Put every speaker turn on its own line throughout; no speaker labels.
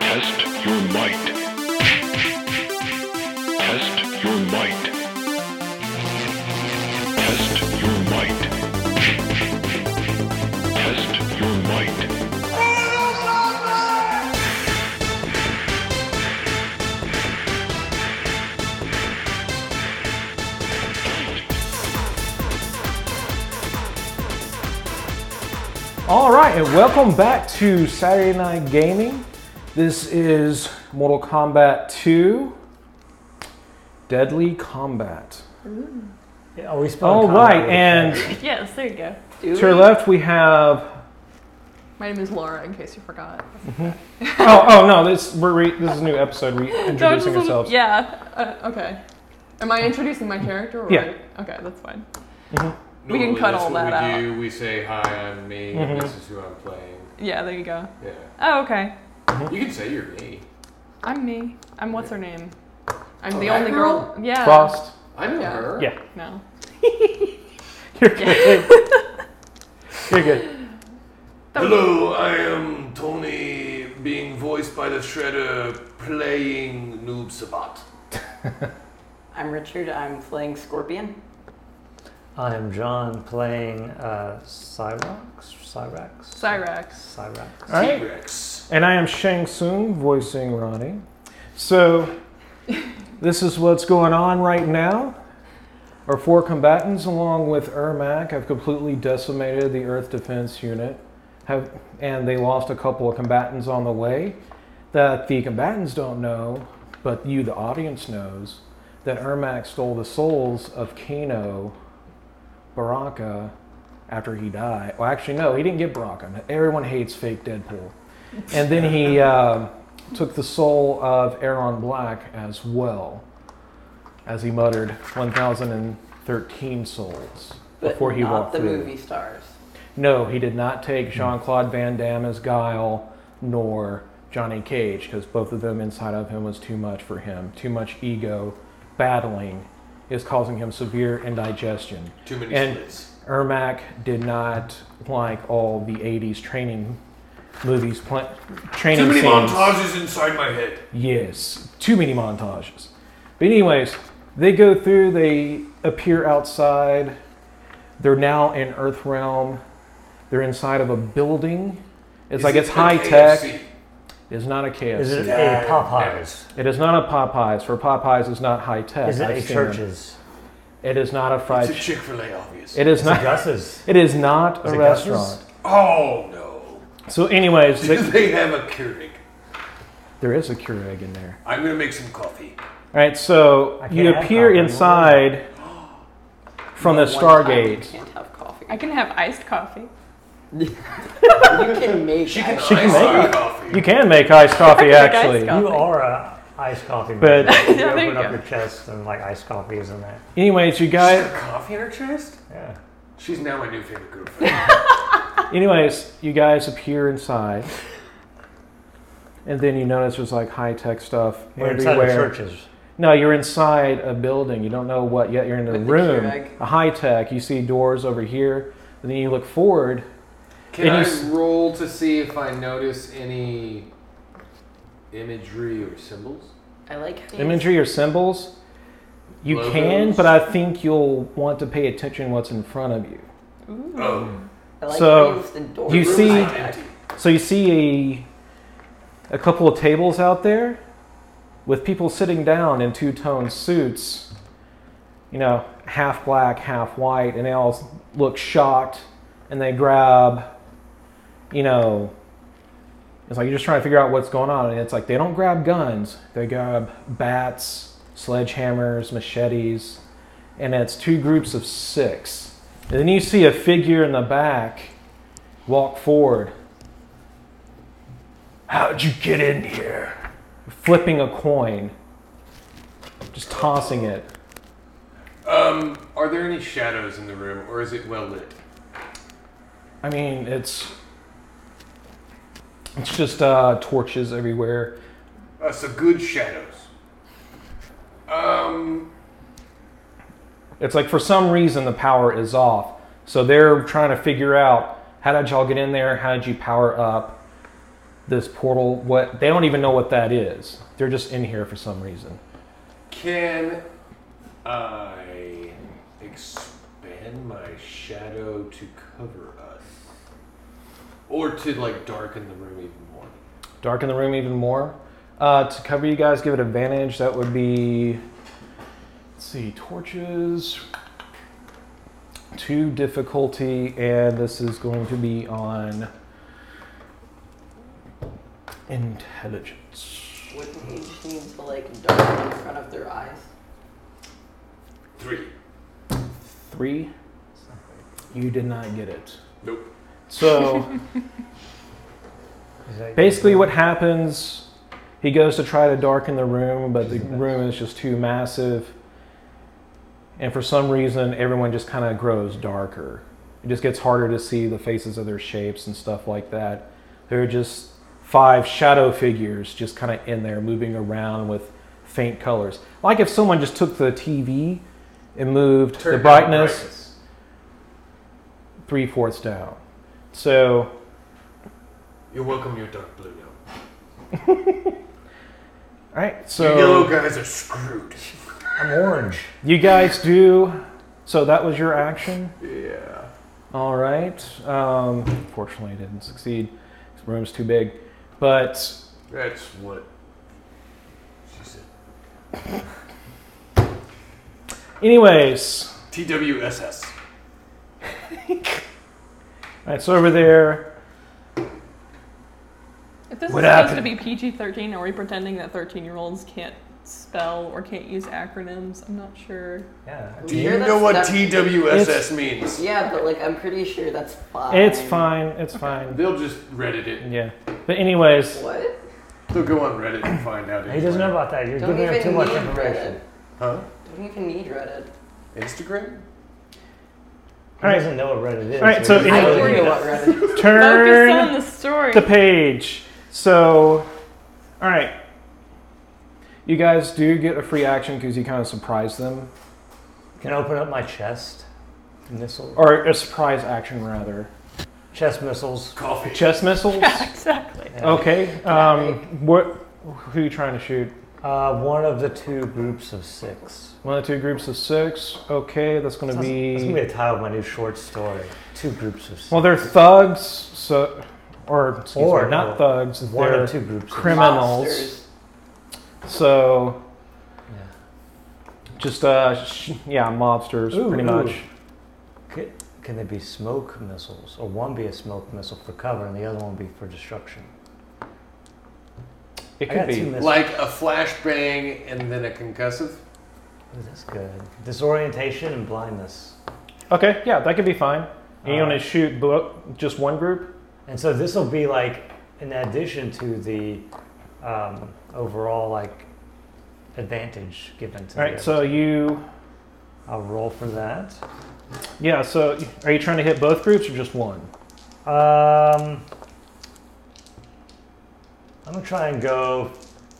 Test your might. Test your might. Test your might. Test your might.
All right, and welcome back to Saturday Night Gaming. This is Mortal Kombat 2 Deadly Combat.
Are we spelling
All
combat
right,
with-
and
Yes, there you go.
to our left we have.
My name is Laura, in case you forgot.
Oh, oh no! This we're re, this is a new episode. We're introducing
Don't-
ourselves.
Yeah. Uh, okay. Am I introducing my character? Or
Yeah.
Okay, that's fine. We
Normally,
can cut
that's
all
what
that
we Do. We say hi, I'm me.
Mm-hmm.
This is who I'm playing.
Yeah, there you go.
Yeah,
Oh, okay.
you can say you're me.
I'm me. I'm what's her name? I'm the
Oh, that
only
girl?
girl. Yeah.
Frost.
I know
Yeah.
her.
Yeah,
No.
you're good. you're good.
Hello, I am Tony, being voiced by the Shredder, playing Noob Sabat.
I'm Richard. I'm playing Scorpion.
I'm John playing uh, Cyrax. Cyrax.
Cyrax.
Cyrax.
All right.
T-Rex.
And I am Shang Tsung voicing Ronnie. So, this is what's going on right now. Our four combatants, along with Ermac, have completely decimated the Earth Defense Unit, have, and they lost a couple of combatants on the way. That the combatants don't know, but you, the audience, knows that Ermac stole the souls of Kano, Baraka, after he died. Well, actually, no, he didn't get Baraka. Everyone hates fake Deadpool. And then he um took the soul of Aaron Black as well, as he muttered 1,013 souls
But
before he
not
walked
the
through.
movie stars.
No, he did not take
Hmm.
Jean Claude Van Damme as Guile nor Johnny Cage because both of them inside of him was too much for him. Too much ego battling is causing him severe indigestion.
Too many
And-
splits.
Ermac did not like all the 80s training movies, pla- training
Too many
scenes.
montages inside my head.
Yes, too many montages. But anyways, they go through. They appear outside. They're now in Earth realm. They're inside of a building. It's
Is
like
it
it's
an
high tech.
AFC?
It's not a KFC.
Is it
Yeah.
a Popeyes?
it is not a Popeyes. For Popeyes, it's not high tech.
Is it
I've
a
seen them.
Church's?
It is not a fried.
It's a Chick-fil-A, obvious.
it is
Is it
not.
Gus's?
It is not
Is
a
it Gus's?
restaurant.
oh no.
So, anyways, they,
Do they have a Keurig?
there is a Keurig in there.
I'm gonna make some coffee.
All right, so
I can't
you
have
appear
coffee.
inside from the
One time you
Stargate.
can't have coffee.
I can have iced coffee.
you can make.
She can,
She can
ice
make
our
it.
coffee.
You can make iced coffee,
make iced
actually.
coffee.
You are a iced coffee man.
But-
you
Yeah, there
open
you
up
go.
your chest and like iced coffee is in there.
Anyways, you
She's
guys.
got coffee in her chest?
Yeah.
She's now my new favorite girlfriend.
Anyways, you guys appear inside, and then you notice there's like high tech stuff
We're inside of
everywhere.
Church's.
No, you're inside a building. You don't know what yet. You're in a
With the
room,
Keurig.
a high tech. You see doors over here, and then you look forward.
Can
And you
I
s-
roll to see if I notice any imagery or symbols?
I like things.
Imagery or symbols, you can,
Logos.
but I think you'll want to pay attention what's in front of you.
Oh,
I like
So,
things and doors.
you
the room
see-
is empty.
So you see a a couple of tables out there with people sitting down in two-tone suits, you know, half black, half white, and they all s- look shocked and they grab, you know, it's like you're just trying to figure out what's going on, and it's like they don't grab guns, they grab bats, sledgehammers, machetes, and it's two groups of six. And then you see a figure in the back walk forward How'd you get in here? Flipping a coin, just tossing it.
Um, are there any shadows in the room, or is it well lit?
I mean, it's it's just uh, torches everywhere.
Uh, so good shadows. Um,
It's like for some reason the power is off, so they're trying to figure out how did y'all get in there? How did you power up? this portal. What they don't even know what that is. They're just in here for some reason.
Can I expand my shadow to cover us? Or to like darken the room even more?
Darken the room even more. Uh, to cover you guys, give it advantage. That would be, let's see, torches. Two difficulty, and this is going to be on intelligence.
Wouldn't each seem to like darken in front of their eyes?
Three.
Three. You did not get it.
Nope.
So.
Is that-
Basically, what happens, he goes to try to darken the room, but the room is just too massive. And for some reason, everyone just kind of grows darker. It just gets harder to see the faces of their shapes and stuff like that. There are just five shadow figures just kind of in there moving around with faint colors. Like if someone just took the TV and moved the
Turn down
brightness three fourths down. So
You're welcome, your dark blue now.
All right,
you yellow
so
guys are screwed.
I'm orange.
you guys do. So that was your action.
Yeah.
All right. Um, fortunately, I didn't succeed. This room's too big. But
That's what she said.
anyways,
TWSS.
all right. So over there,
If this
What
is supposed to
happened?
be PG 13, are we pretending that 13 year olds can't spell or can't use acronyms? I'm not sure.
Yeah.
Do
Yeah,
you
that's-
know what
that's-
TWSS means?
Yeah, but like I'm pretty sure that's fine.
it's fine. It's fine.
They'll just Reddit it.
Yeah. But anyways,
What?
They'll go on Reddit and find out.
He doesn't know about that. You're
Don't
giving him
even
too much
need
information.
Reddit.
Huh?
Don't even need Reddit.
Instagram?
He doesn't know what Reddit is.
All right, so
he
I
anyway-
doesn't know
don't know
what-
what Reddit. is.
Focus on
turn
the story.
the page. So, all right. You guys do get a free action because you kind of surprised them,
Can I open up my chest? Missile.
or a surprise action rather.
Chest missiles.
Coffee.
Chest missiles.
Yeah, exactly.
Oh,
Okay. Um, what? Who are you trying to shoot?
Uh, one of the two groups of six.
One of the two groups of six. Okay, that's going to
That's that's
be.
gonna be the title of my new short story. Two groups of six.
Well, they're thugs, so or excuse
Or-
me, not thugs.
one
they're
of two groups. of-
crim- Criminals.
Monsters.
So
Yeah.
just uh, sh- yeah, mobsters,
Ooh,
pretty
ooh.
much.
Ca- Can there be smoke missiles, or one be a smoke missile for cover, and the other one be for destruction?
It
I got
could
two
be.
missiles.
Like a flashbang and then a concussive?
Ooh, that's good. Disorientation and blindness.
Okay, yeah, that could be fine. And you
Uh,
want to shoot bo- just one group?
And so this will be like in addition to the um, overall like advantage given to.
All right,
the
so
other.
you
I'll roll for that.
yeah. So are you trying to hit both groups or just one?
Um, I'm gonna try and go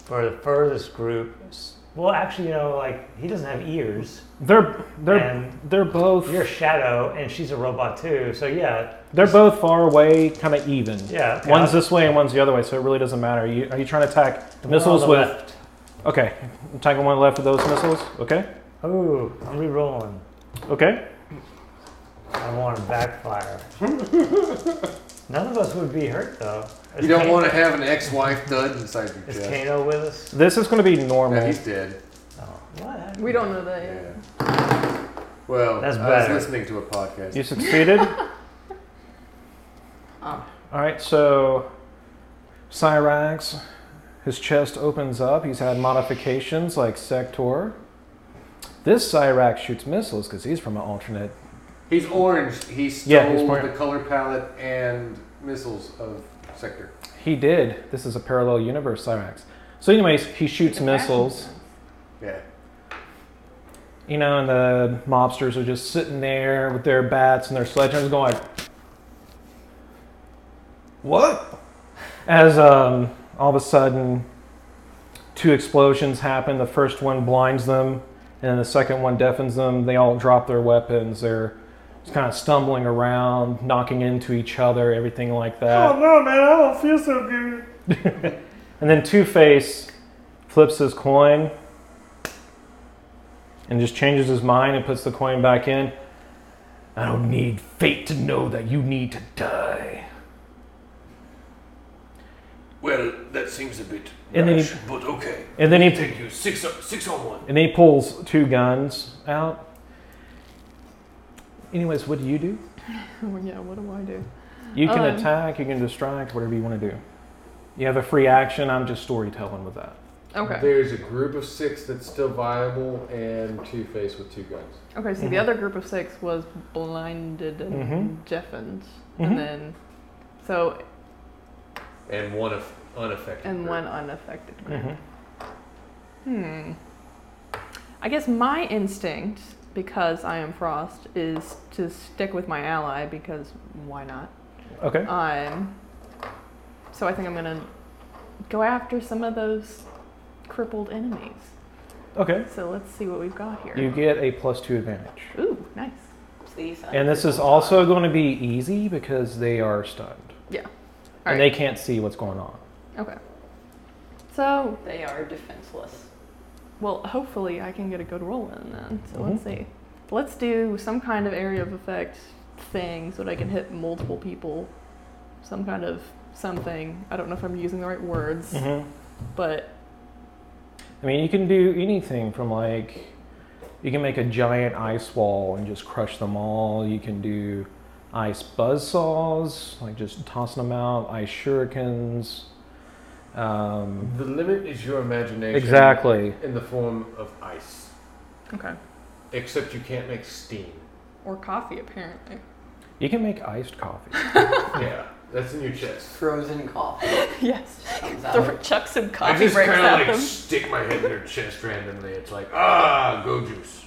for the furthest group. S- Well, actually, you know, like he doesn't have ears,
They're they're
and
they're both
you're a shadow, and she's a robot too. So yeah,
they're both far away, kind of even.
yeah. okay,
One's
I'll-
this way and one's the other way, so it really doesn't matter. Are you, are you trying to attack
the one on
missiles
the
with?
left.
Okay, attacking one left with those missiles. Okay,
Ooh, I'm re-rolling.
okay.
I want to backfire. None of us would be hurt though. Is
You don't
Kano-
want to have an ex-wife dud inside your
Is
chest.
Kano with us?
This is going to be normal.
No, he's dead.
No. What?
We don't know that yet.
Oh, Yeah. Well,
That's
I was
better.
listening to a podcast.
you succeeded.
Oh.
All right, so Cyrax, his chest opens up. He's had modifications like Sector. This Cyrax shoots missiles because he's from an alternate.
He's orange. He stole
Yeah, he's orange.
the color palette and missiles of Sector.
He did. This is a parallel universe, Cyrax. So, anyways, he shoots
It's a fashion
missiles.
sense.
Yeah.
You know, and the mobsters are just sitting there with their bats and their sledgehammers going, What? As um, all of a sudden, two explosions happen. The first one blinds them, and the second one deafens them. They all drop their weapons. They're just kind of
Uh,
stumbling around, knocking into each other, everything like that.
no, man! I don't feel so good.
And then Two Face flips his coin and just changes his mind and puts the coin back in. I don't need fate to know that you need to die.
Well, that seems a bit
And then
rash, but okay.
And then he
Thank you. Six, o- six on one.
and he pulls two guns out. Anyways, what do you do?
Oh, yeah, what do I do?
You can
Um,
attack, you can distract, whatever you want to do. You have a free action. I'm just storytelling with that.
Okay.
There's a group of six that's still viable, and Two Face with two guns.
Okay, so the
Mhm.
other group of six was blinded and
Mhm.
deafened.
Mhm.
And then, so,
And one of unaffected.
and
group.
one unaffected group. Hmm. I guess my instinct, because I am Frost, is to stick with my ally because why not?
Okay.
Um, so I think I'm gonna go after some of those crippled enemies.
Okay.
So let's see what we've got here.
You get a plus two advantage.
Ooh, nice.
Please. I
And this
don't
is
know.
also going to be easy because they are stunned.
Yeah.
and
Alright.
they can't see what's going on.
Okay. So,
They are defenseless.
well, hopefully I can get a good roll in then. So
Mhm.
let's see. Let's do some kind of area of effect thing so that I can hit multiple people. Some kind of something. I don't know if I'm using the right words,
Mm-hmm.
but
I mean, you can do anything from like, you can make a giant ice wall and just crush them all. You can do ice buzzsaws, like just tossing them out, ice shurikens. Um,
The limit is your imagination.
exactly.
In the form of ice,
okay.
except you can't make steam.
Or coffee apparently.
You can make iced coffee.
yeah, that's in your chest.
Frozen coffee
yes.
comes
Throw,
out.
chuck some coffee
I just
breaks
kind
at
of like
them.
stick my head in her chest randomly. It's like, ah, go juice.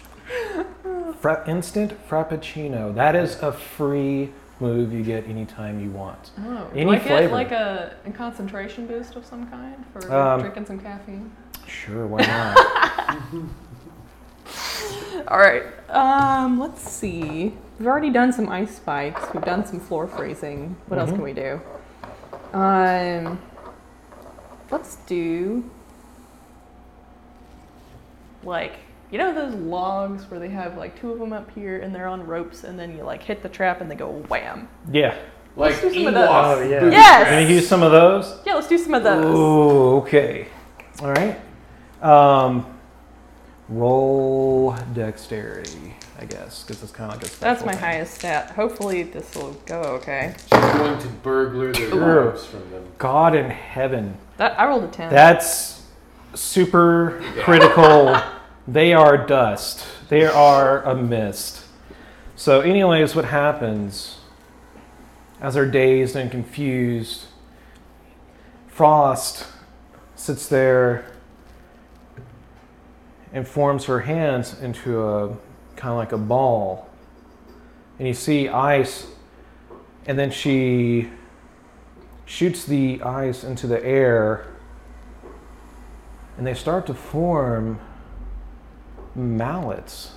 Fra- instant frappuccino. That is a free move you get anytime you want.
Oh, do
Any
I get
flavor.
like a, a concentration boost of some kind for
Um,
drinking some caffeine?
Sure, why not?
All right. Um, let's see. We've already done some ice spikes. We've done some floor freezing. What else
Mhm.
can we do? Um, let's do like you know those logs where they have like two of them up here and they're on ropes and then you like hit the trap and they go wham.
yeah.
Like
do some
Ewok
of
those. Oh, yeah.
booby
Yes!
Can
traps.
you use some of those?
Yeah, let's do some of those.
Ooh, okay. All right. Um, roll dexterity, I guess, because it's kind of like a special
That's my
thing.
highest stat. Hopefully this will go okay.
She's going to burglar their
Sure.
lives from them.
God in heaven.
That I rolled a ten.
That's super critical. they are dust. They are a mist. So, anyways, what happens as they're dazed and confused? Frost sits there and forms her hands into a kind of like a ball. And you see ice, and then she shoots the ice into the air and they start to form mallets.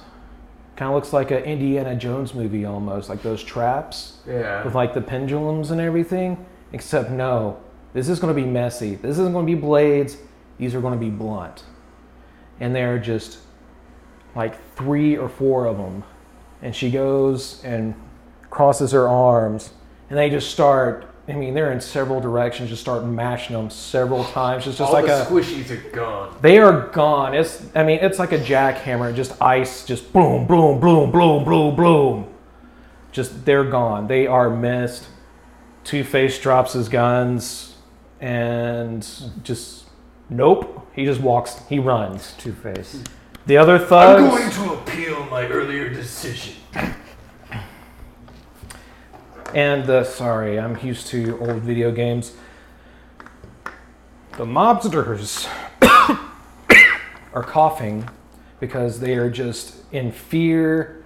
Kind of looks like an Indiana Jones movie almost, like those traps
Yeah.
with like the pendulums and everything. Except no, this is going to be messy. This isn't going to be blades. These are going to be blunt, and they're just like three or four of them. And she goes and crosses her arms, and they just start. I mean, they're in several directions. Just start mashing them several times. It's just
All
like
the
a
squishies are gone.
they are gone. It's I mean it's like a jackhammer, just ice, just boom, boom, boom, boom, boom, boom. Just they're gone. They are missed. Two Face drops his guns and just nope. He just walks. He runs.
Two Face.
The other thugs.
I'm going to appeal my earlier decision.
And the sorry, I'm used to old video games. The mobsters are coughing because they are just in fear.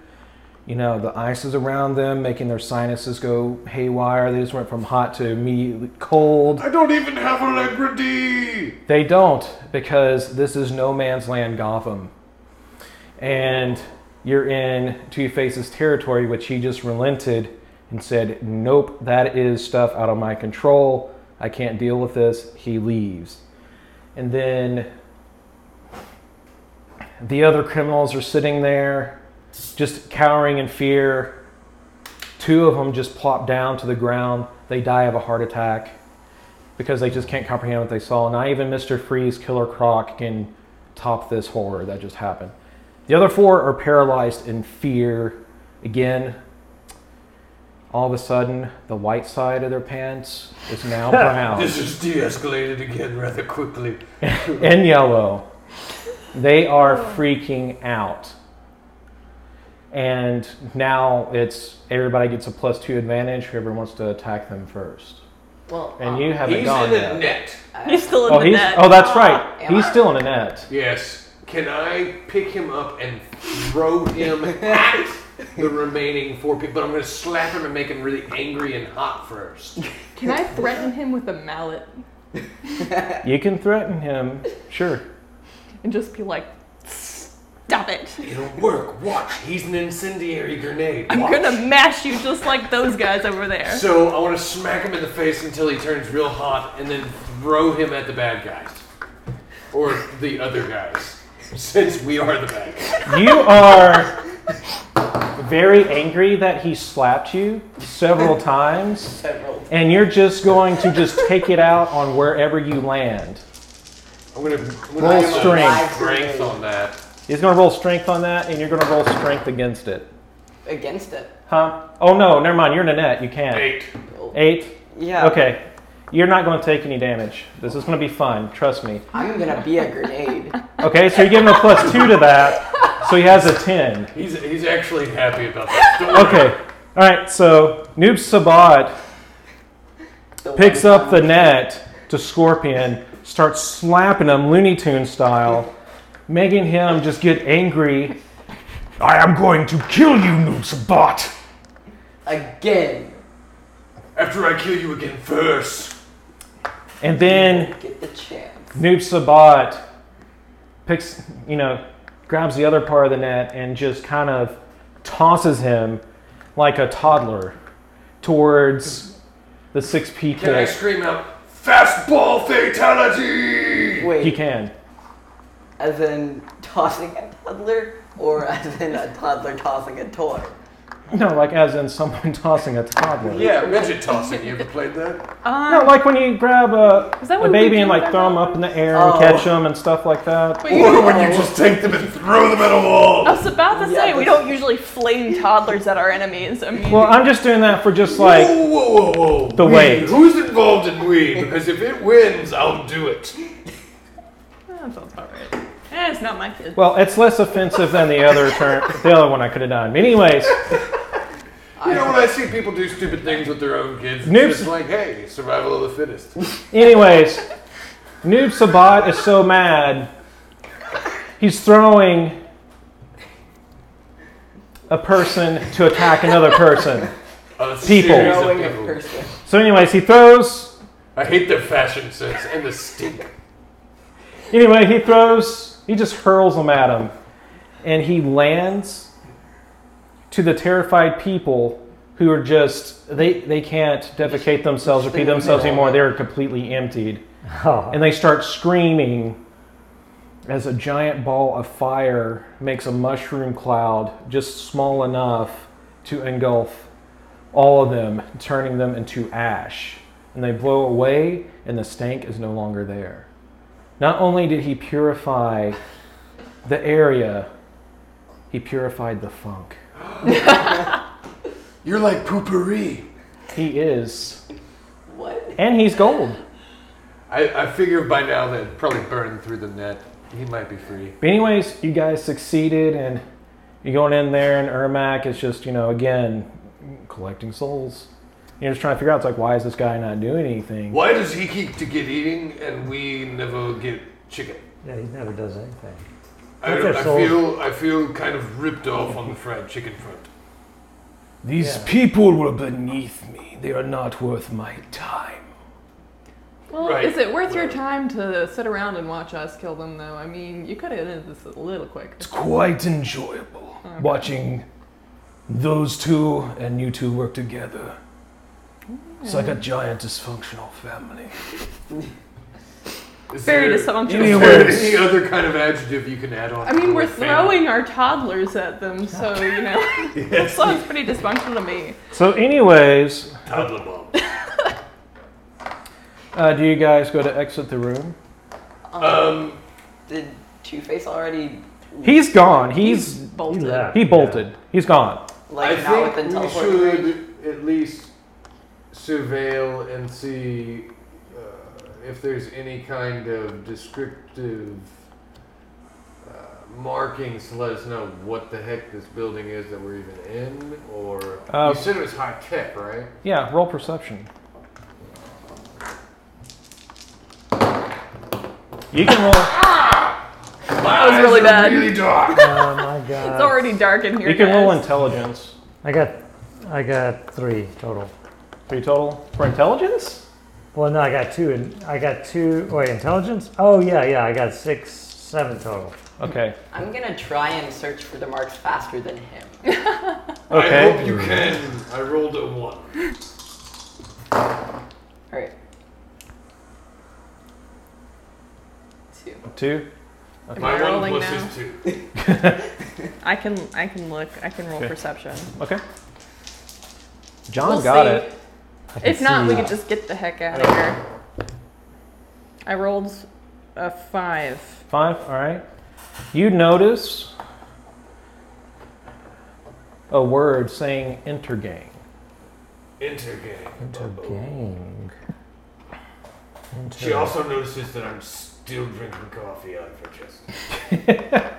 You know, the ice is around them, making their sinuses go haywire. They just went from hot to immediately cold.
I don't even have alacrity.
They don't because this is no man's land, Gotham. And you're in Two Face's territory, which he just relented and said, Nope, that is stuff out of my control. I can't deal with this. He leaves. And then the other criminals are sitting there, just cowering in fear. Two of them just plop down to the ground. They die of a heart attack because they just can't comprehend what they saw. Not even Mr. Freeze, Killer Croc can top this horror that just happened. The other four are paralyzed in fear again. All of a sudden, the white side of their pants is now brown
This is de escalated again rather quickly.
and yellow. They are freaking out. And now it's everybody gets a plus two advantage, whoever wants to attack them first.
Well, uh,
And you haven't
He's
gone
in
yet.
a net.
He's still in
Oh,
the
he's,
net.
oh, that's right.
Am
He's
I?
still in a net.
Yes. Can I pick him up and throw him at the remaining four people? But I'm going to slap him and make him really angry and hot first.
Can I threaten him with a mallet
You can threaten him, sure.
and just be like, stop it?
It'll work. Watch. He's an incendiary grenade.
I'm
Watch.
gonna mash you just like those guys over there.
So I want to smack him in the face until he turns real hot, and then throw him at the bad guys, or the other guys, since we are the bad guys.
You are very angry that he slapped you several times,
several.
and you're just going to just take it out on wherever you land.
I'm gonna, I'm gonna
Roll
give my
strength.
strength on that.
He's going to roll strength on that, and you're going to roll strength against it.
Against it.
Huh? Oh no, never mind. You're in a net. You can't.
Eight.
Eight?
Yeah.
Okay. You're not going to take any damage. This is going to be fun. Trust me.
I'm gonna be a grenade.
Okay, so you're giving a plus two to that, so he has a 10.
He's he's actually happy about that. Don't worry.
Okay. All right. So Noob Sabat
The
picks
one
up the
time-
net to Scorpion, starts slapping him Looney Tune style, making him just get angry. I am going to kill you, Noob Sabat.
again.
After I kill you again first.
And then
Get the chance.
Noob Sabat picks, you know, grabs the other part of the net and just kind of tosses him like a toddler towards the six people.
Can I scream out fastball fatality?
Wait,
You can.
as in tossing a toddler, or as in a toddler tossing a toy?
No, like as in someone tossing a toddler.
Yeah, midget tossing. You ever played that?
Um,
No, like when you grab a,
Is that
a
what we
baby
do
and like
back
throw them
then?
up in the air
Oh.
and catch them and stuff like that.
but you-
Or when you just take them and throw them at a
I
Oh,
wall.
was about to
Yeah,
say we
that's-
don't usually fling toddlers at our enemies. I mean,
Well, I'm just doing that for just like
whoa, whoa, whoa, whoa.
the
we,
weight.
Who's involved in we? Because if it wins, I'll do it.
that sounds about right. Eh, it's not my kid.
well, it's less offensive than the other turn, the other one I could have done. Anyways,
You know, when I see people do stupid things with their own kids, it's
Noobs-
just like, hey, survival of the fittest.
anyways, Noob Sabat is so mad, he's throwing a person to attack another person.
A
People.
series of
Throwing a
people.
person.
So, anyways, he throws
I hate their fashion sense and the stink.
Anyway, he throws, he just hurls them at him. And he lands to the terrified people who are just, they, they can't defecate themselves or pee themselves anymore. They're completely emptied.
Oh.
And they start screaming as a giant ball of fire makes a mushroom cloud just small enough to engulf all of them, turning them into ash. And they blow away, and the stank is no longer there. Not only did he purify the area, he purified the funk.
You're like poopery.
He is.
What?
And he's gold.
I, I figure by now they'd probably burn through the net. He might be free.
But anyways, you guys succeeded, and you're going in there, and Ermac is just, you know, again, collecting souls. You're just trying to figure out, it's like, why is this guy not doing anything?
Why does he keep to get eating and we never get chicken?
Yeah, he never does anything.
I,
That's our
I
soul.
feel I feel kind of ripped off on the fried chicken front.
These
Yeah.
people were beneath me. They are not worth my time.
Well,
Right.
is it worth your
Well-
time to sit around and watch us kill them, though? I mean, you could have ended this a little quick.
It's quite enjoyable
Okay.
watching those two and you two work together. It's like a giant dysfunctional family.
Is
Very
there-
dysfunctional.
Is there
Anyways.
any other kind of adjective you can add on?
I
to
mean, we're
family?
throwing our toddlers at them, so you know that sounds pretty dysfunctional to me.
So, anyways,
toddler bomb.
uh, do you guys go to exit the room?
Um,
Did Two Face already?
He's gone. He's
bolted.
left.
he bolted. He's gone.
I
Like
think
not within
we
teleport
should
range.
at least surveil and see uh, if there's any kind of descriptive uh, markings to let us know what the heck this building is that we're even in. Or
Uh,
you said it was high tech, right?
Yeah, roll perception. You can roll.
That
was really bad.
Really dark.
Oh my god.
It's already dark in here.
You can
guys.
roll intelligence.
I got, I got three total.
Three total for intelligence.
Well, no, I got two, and I got two. Wait, intelligence? Oh yeah, yeah, I got six, seven total.
Okay.
I'm gonna try and search for the marks faster than him.
I
Okay.
hope you can. I rolled a one.
All right. Two.
Two.
Am
My
I
one
rolling
plus
now?
is two.
I can I can look. I can roll
Okay.
perception.
Okay. John
We'll
Oh, got
see.
it.
I can
If not,
see-
we could just get the heck out of here. I rolled a five.
Five. All right. You notice a word saying intergang.
Intergame.
Gang.
She also notices that I'm still drinking coffee out of her chest.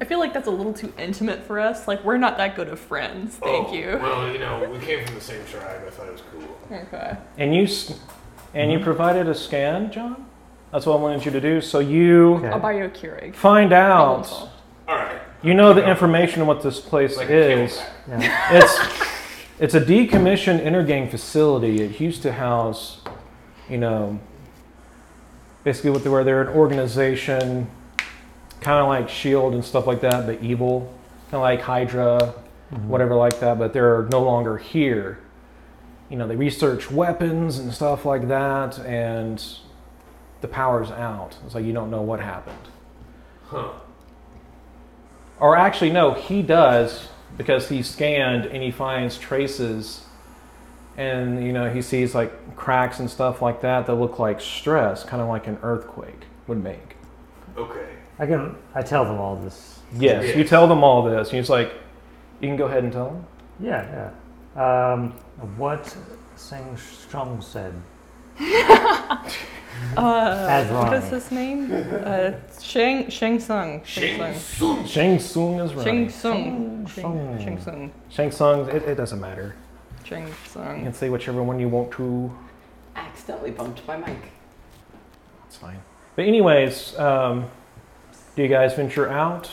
I feel like that's a little too intimate for us. Like we're not that good of friends. Thank
Oh,
you.
Well, you know, we came from the same tribe. I thought it was cool.
Okay.
And you s- and
Mm-hmm.
you provided a scan, John. That's what I wanted you to do. So you
Okay.
I'll buy you a Keurig.
find
Problem
out.
solved.
All right.
You know the information on what this place
Like
is.
Camelback.
Yeah.
It's it's a decommissioned intergang facility. It used to house, you know, basically what they were. They're an organization, kind of like Shield E and stuff like that, but evil, kind of like Hydra, whatever like that. But they're no longer here. You know, they research weapons and stuff like that, and the power's out. It's like you don't know what happened.
Huh.
Or actually, no, he does because he scanned and he finds traces, and you know he sees like cracks and stuff like that that look like stress, kind of like an earthquake would make.
Okay.
I can. I tell them all this.
Yes, you
Yes.
tell them all this, and he's like, you can go ahead and tell them.
Yeah, yeah. Um, what Sing Strong said.
Uh,
That's
what
wrong.
is his name? Uh, Sheng Sheng Sung.
Shing
Sheng
Tsung.
Shang Tsung is
Sung. Sheng
running.
Sung.
Sung. Sheng Sheng Sung.
Shang Tsung, it, it doesn't matter.
Sheng
You
Sung.
can say whichever one you want to.
I accidentally bumped my mic.
It's fine. But anyways, um, do you guys venture out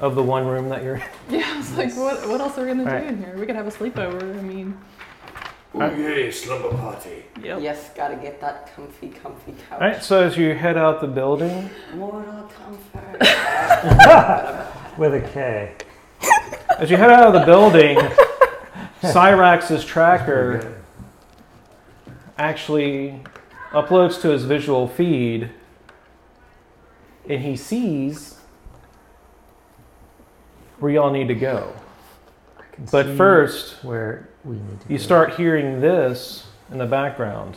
of the one room that you're?
Yeah, I was like, what, what else are we gonna
Right.
do in here? We could have a sleepover. I mean,
Ooh, yay, slumber party.
yep.
Yes, gotta get that comfy, comfy
All
couch.
right. So as you head out the building.
Mortal comfort.
With a K.
As you head out of the building, Cyrax's tracker actually uploads to his visual feed and he sees where y'all need to go.
I can
But
see
first,
where we need to.
you
go.
start hearing this in the background.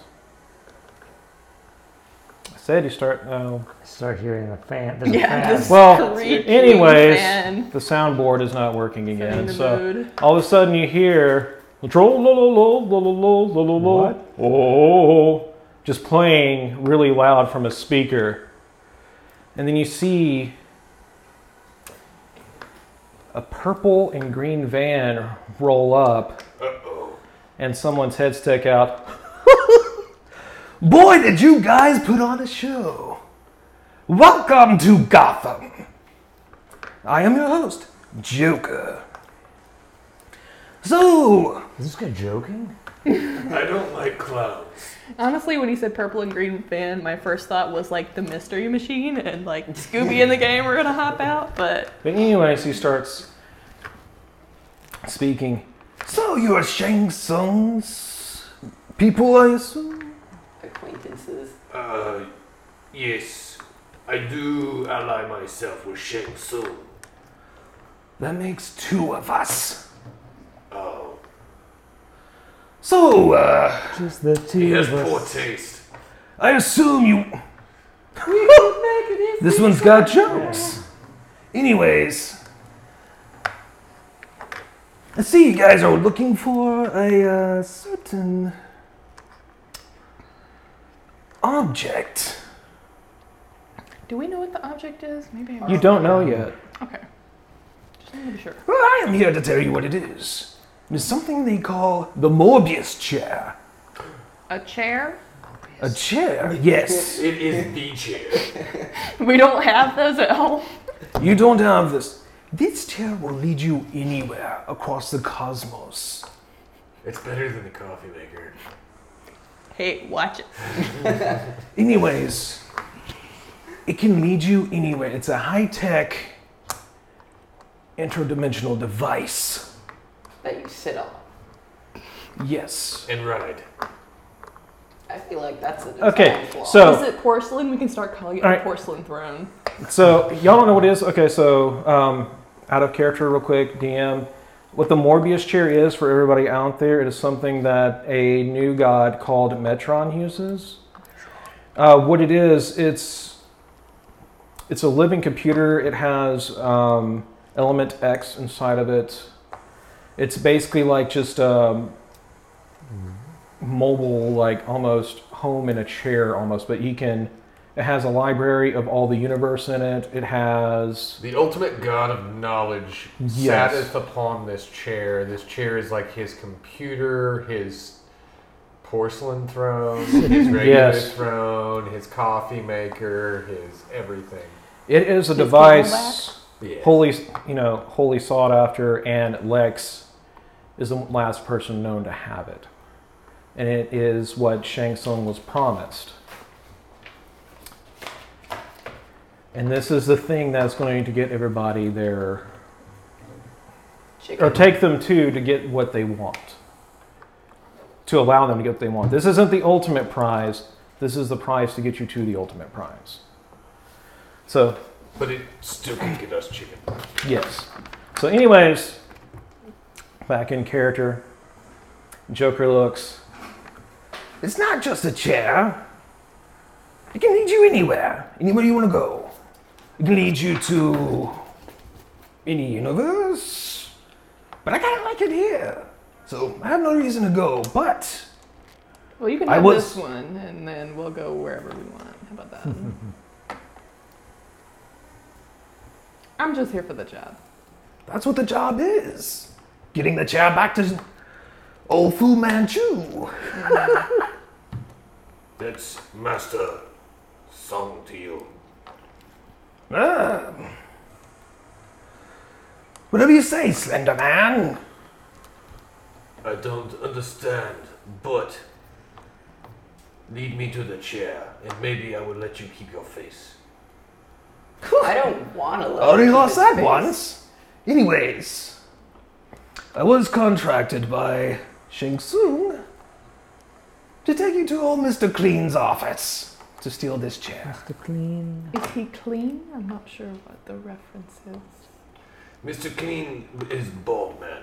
I said you start, no.
Start hearing the fan. There's a
Yeah,
fan.
this
Well,
screeching
anyways,
fan
The soundboard is not working
setting
again,
the
so.
mood.
All of a sudden, you hear "Control, lo, lo, lo, lo, lo, lo, lo, lo, lo."
What?
Oh, just playing really loud from a speaker, and then you see a purple and green van roll up,
Uh oh.
and someone's head stick out. Boy, did you guys put on a show! Welcome to Gotham. I am your host, Joker. So,
Is this guy joking?
I don't like clowns.
Honestly, when he said purple and green fan, my first thought was like the mystery machine and like Scooby and the game were gonna hop out, but
but anyways, he starts speaking. So you are Shang Tsung's people, I assume?
Acquaintances.
Uh, yes. I do ally myself with Shang Tsung.
That makes two of us.
Oh.
So, uh,
Just the
He
two
has
of
poor
us.
taste.
I assume you. this one's got jokes. Anyways, I see you guys are looking for a uh, certain object.
Do we know what the object is? Maybe I'm
You don't know yet.
Okay. Just wanted to be sure.
Well, I am here to tell you what it is. It's something they call the Morbius chair.
A chair?
A chair? Yes.
It is the chair.
We don't have those at home.
You don't have this. This chair will lead you anywhere across the cosmos.
It's better than the coffee maker.
Hey, watch it.
Anyways, it can lead you anywhere. It's a high tech interdimensional device.
That you sit on.
Yes.
And ride.
I feel like that's a design
Okay,
flaw.
so-
Is it porcelain? We can start calling it
All
the
right.
porcelain throne.
So, y'all don't know what it is? Okay, so um, out of character, real quick, DM. What the Morbius chair is for everybody out there, it is something that a new god called Metron uses. Uh, what it is, it's it's a living computer. It has um, element X inside of it. It's basically like just um, mobile, like almost home in a chair, almost. But you can. It has a library of all the universe in it. It has
The ultimate god of knowledge
Yes.
satteth upon this chair. This chair is like his computer, his porcelain throne, his regular
Yes.
throne, his coffee maker, his everything.
it is a
His
device
Yeah.
wholly, you know, wholly sought after, and Lex is the last person known to have it, and it is what Shang Tsung was promised. And this is the thing that's going to get everybody there,
Chicken.
or take them to to get what they want, to allow them to get what they want. This isn't the ultimate prize. This is the prize to get you to the ultimate prize. So
But it still can get us chicken.
Yes. So, anyways, back in character, Joker looks. It's not just a chair. It can lead you anywhere, anywhere you want to go. It can lead you to any universe. But I kind of like it here. So, I have no reason to go, but
Well, you can
I
have
was-
this one, and then we'll go wherever we want. How about that? I'm just here for the job.
that's what the job is. Getting the chair back to old Fu Manchu.
That's Master Song to you.
Ah. Whatever you say, Slender Man.
I don't understand, but lead me to the chair, and maybe I will let you keep your face.
I don't want to.
Oh,
I already lost that once. Anyways, I was contracted by Shang Tsung to take you to old Mr. Clean's office to steal this chair.
Mr. Clean.
Is he clean? I'm not sure what the reference is.
Mr. Clean is bald man.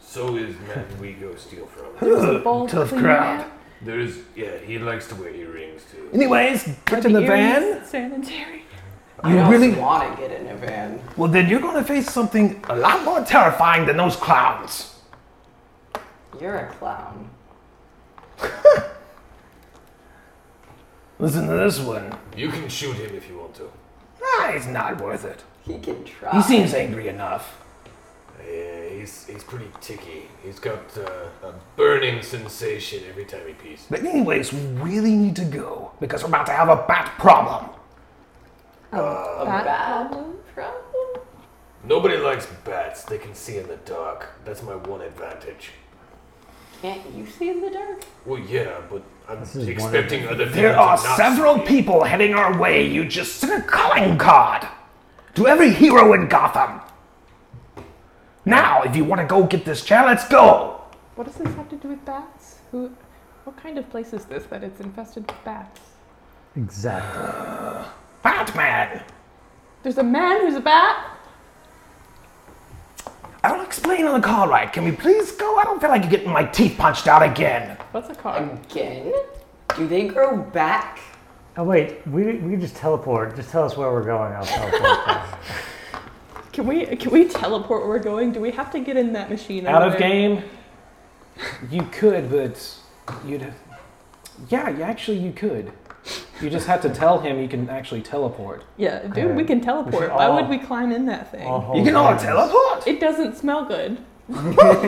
So is man we go steal from.
There's a bald
Tough
clean
crowd.
man.
There is, yeah, he likes to wear earrings too.
Anyways,
Are
get in the van.
earrings Sanitary.
I
You
don't
really-
want to get in a van.
Well, then you're going to face something a lot more terrifying than those clowns.
You're a clown.
Listen to this one.
You can shoot him if you want to.
Ah, it's not worth it.
He can try.
He seems angry enough.
Yeah, he's, he's pretty ticky. He's got uh, a burning sensation every time he pees.
But anyways, we really need to go because we're about to have a bat problem.
a
Bat
bad
problem?
problem.
Nobody likes bats. They can see in the dark. That's my one advantage.
Can't you see in the dark?
Well, yeah, but I'm
is one
expecting other people.
There
to
are
not
several
see.
people heading our way. You just sent a calling card to every hero in Gotham. Now, if you want to go get this chair, let's go.
What does this have to do with bats? Who? What kind of place is this that it's infested with bats?
Exactly.
Batman!
There's a man who's a bat.
I will explain on the car ride. Can we please go? I don't feel like getting my teeth punched out again.
What's a car?
Again? Do they grow back?
Oh wait, we we just teleport. Just tell us where we're going. I'll teleport. back.
Can we can we teleport where we're going? Do we have to get in that machine?
Out of
over there?
game? You could, but you'd. Yeah, you actually, you could. You just have to tell him you can actually teleport.
Yeah, dude, we
Uh,
can teleport. Why
all-
would we climb in that thing?
I'll hold
You
Oh,
can all
hands.
teleport?
It doesn't smell good.
Well,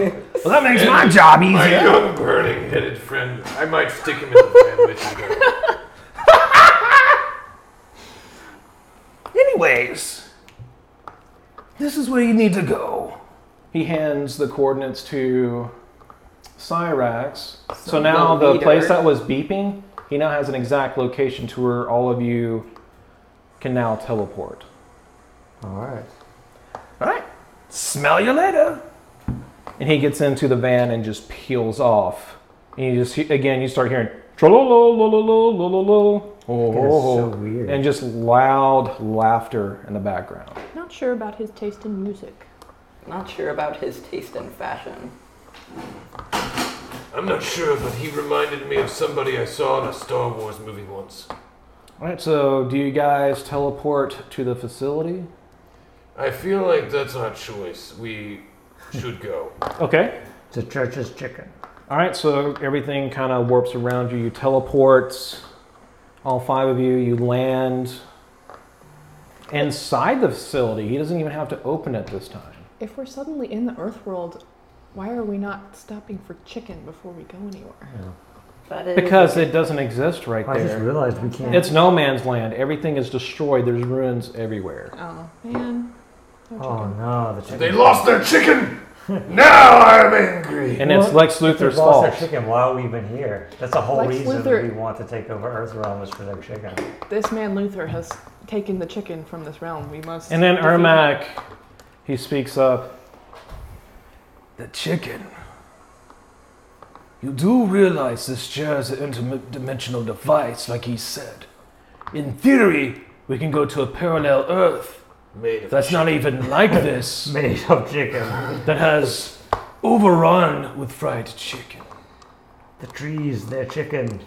that makes my job
My
easier.
young burning headed friend. I might stick him in the van with you. though.
Anyways, this is where you need to go. He hands the coordinates to Cyrax. So,
So
now
the
the place
leader-
that was beeping, he now has an exact location to where all of you can now teleport.
All right.
All right, smell you later. And he gets into the van and just peels off. And you just, again, you start hearing, Oh, "Trololololololololo."
so weird.
and just loud laughter in the background.
Not sure about his taste in music.
Not sure about his taste in fashion.
I'm not sure, but he reminded me of somebody I saw in a Star Wars movie once.
All right, so do you guys teleport to the facility?
I feel like that's our choice. We should go.
Okay.
It's a church's chicken.
All right, so everything kind of warps around you. You teleport, all five of you, you land inside the facility. He doesn't even have to open it this time.
If we're suddenly in the Earth world, why are we not stopping for chicken before we go anywhere?
That is
Because it doesn't exist right
I just
there.
realized we can't.
It's no man's land. Everything is destroyed, there's ruins everywhere.
Oh man. No
oh
chicken.
no, the chicken.
They lost their chicken! now I'm angry!
And it's
Well,
Lex
They
Luthor's
lost
fault.
their chicken. Why are we even here? That's the whole
Lex
reason
Luthor-
we want to take over Earthrealm is for their chicken.
This man Luther has taken the chicken from this realm. We must.
And then
defeat him.
Ermac, he speaks up. The chicken. You do realize this chair is an interdimensional device, like he said. In theory, we can go to a parallel Earth
Made of
that's not even like this,
Made of chicken.
that has overrun with fried chicken.
The trees, their chicken.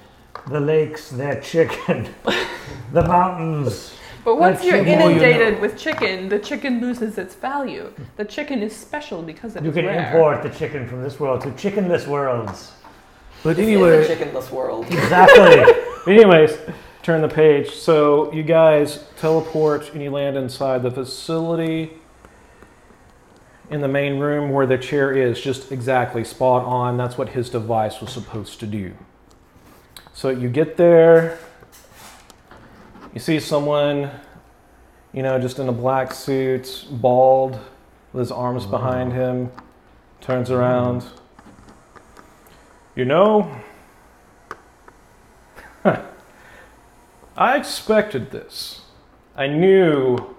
The lakes, their chicken. the mountains.
But once you're
the more you
inundated with chicken, the chicken loses its value. The chicken is special because it's
You can
rare.
import the chicken from this world to chickenless worlds.
But
It's a
anyway,
chickenless world.
Exactly.
anyways, turn the page. So you guys teleport and you land inside the facility. in the main room where the chair is, just exactly spot on. That's what his device was supposed to do. So you get there, you see someone, you know, just in a black suit, bald, with his arms behind him, turns around. You know, I expected this. I knew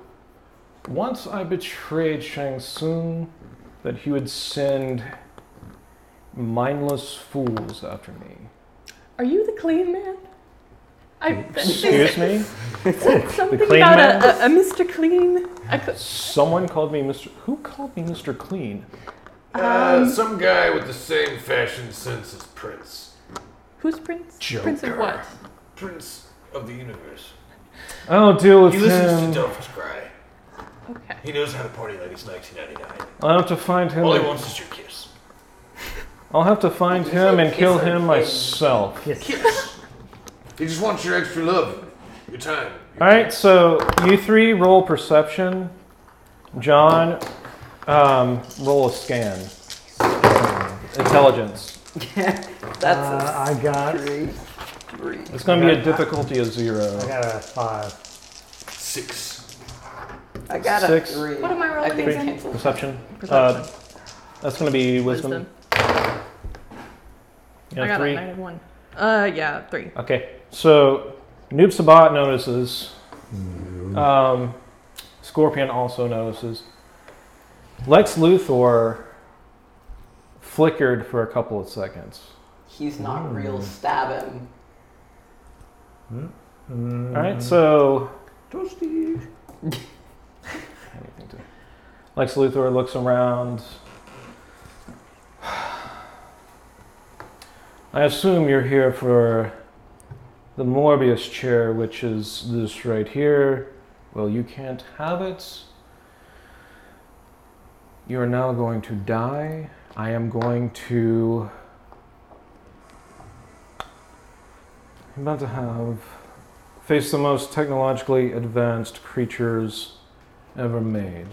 once I betrayed Shang Tsung, that he would send mindless fools after me.
Are you the clean man? I
Excuse me?
something
The clean
about
man?
a, a, a Mr. Clean. A cl-
Someone called me Mr. Who called me Mr. Clean?
Uh, some guy with the same fashion sense as Prince.
who's Prince? Prince of
Joker.
what?
Prince of the universe.
I don't deal with
He listens to
him.
Dolphins Cry.
Okay.
He knows how to party like it's 1999.
I'll have to find him.
All he wants is your kiss.
I'll have to find
He's
him
like,
and kill
he's like,
him
hey.
myself.
Kiss. he just wants your extra love, your time. your-
All right, so you three roll perception. John, um, roll a scan. Intelligence.
That's
Uh, I got.
a three. Three.
It's going to be a difficulty of zero.
I got a five.
Six.
I got
Six.
a three.
What am I rolling
I think
again?
cancels.
Perception.
Perception.
Uh, that's going to be wisdom.
Wisdom.
You
I
have
got
three.
a negative one. Uh, yeah, three.
Okay, so Noob Sabat notices. Um, Scorpion also notices. Lex Luthor flickered for a couple of seconds.
He's not real. Stab him.
All
Mm-hmm.
right, so
Mm. Toasty.
anything to- Lex Luthor looks around. I assume you're here for the Morbius chair, which is this right here. Well, you can't have it. You are now going to die. I am going to. I'm about to have. Face the most technologically advanced creatures ever made.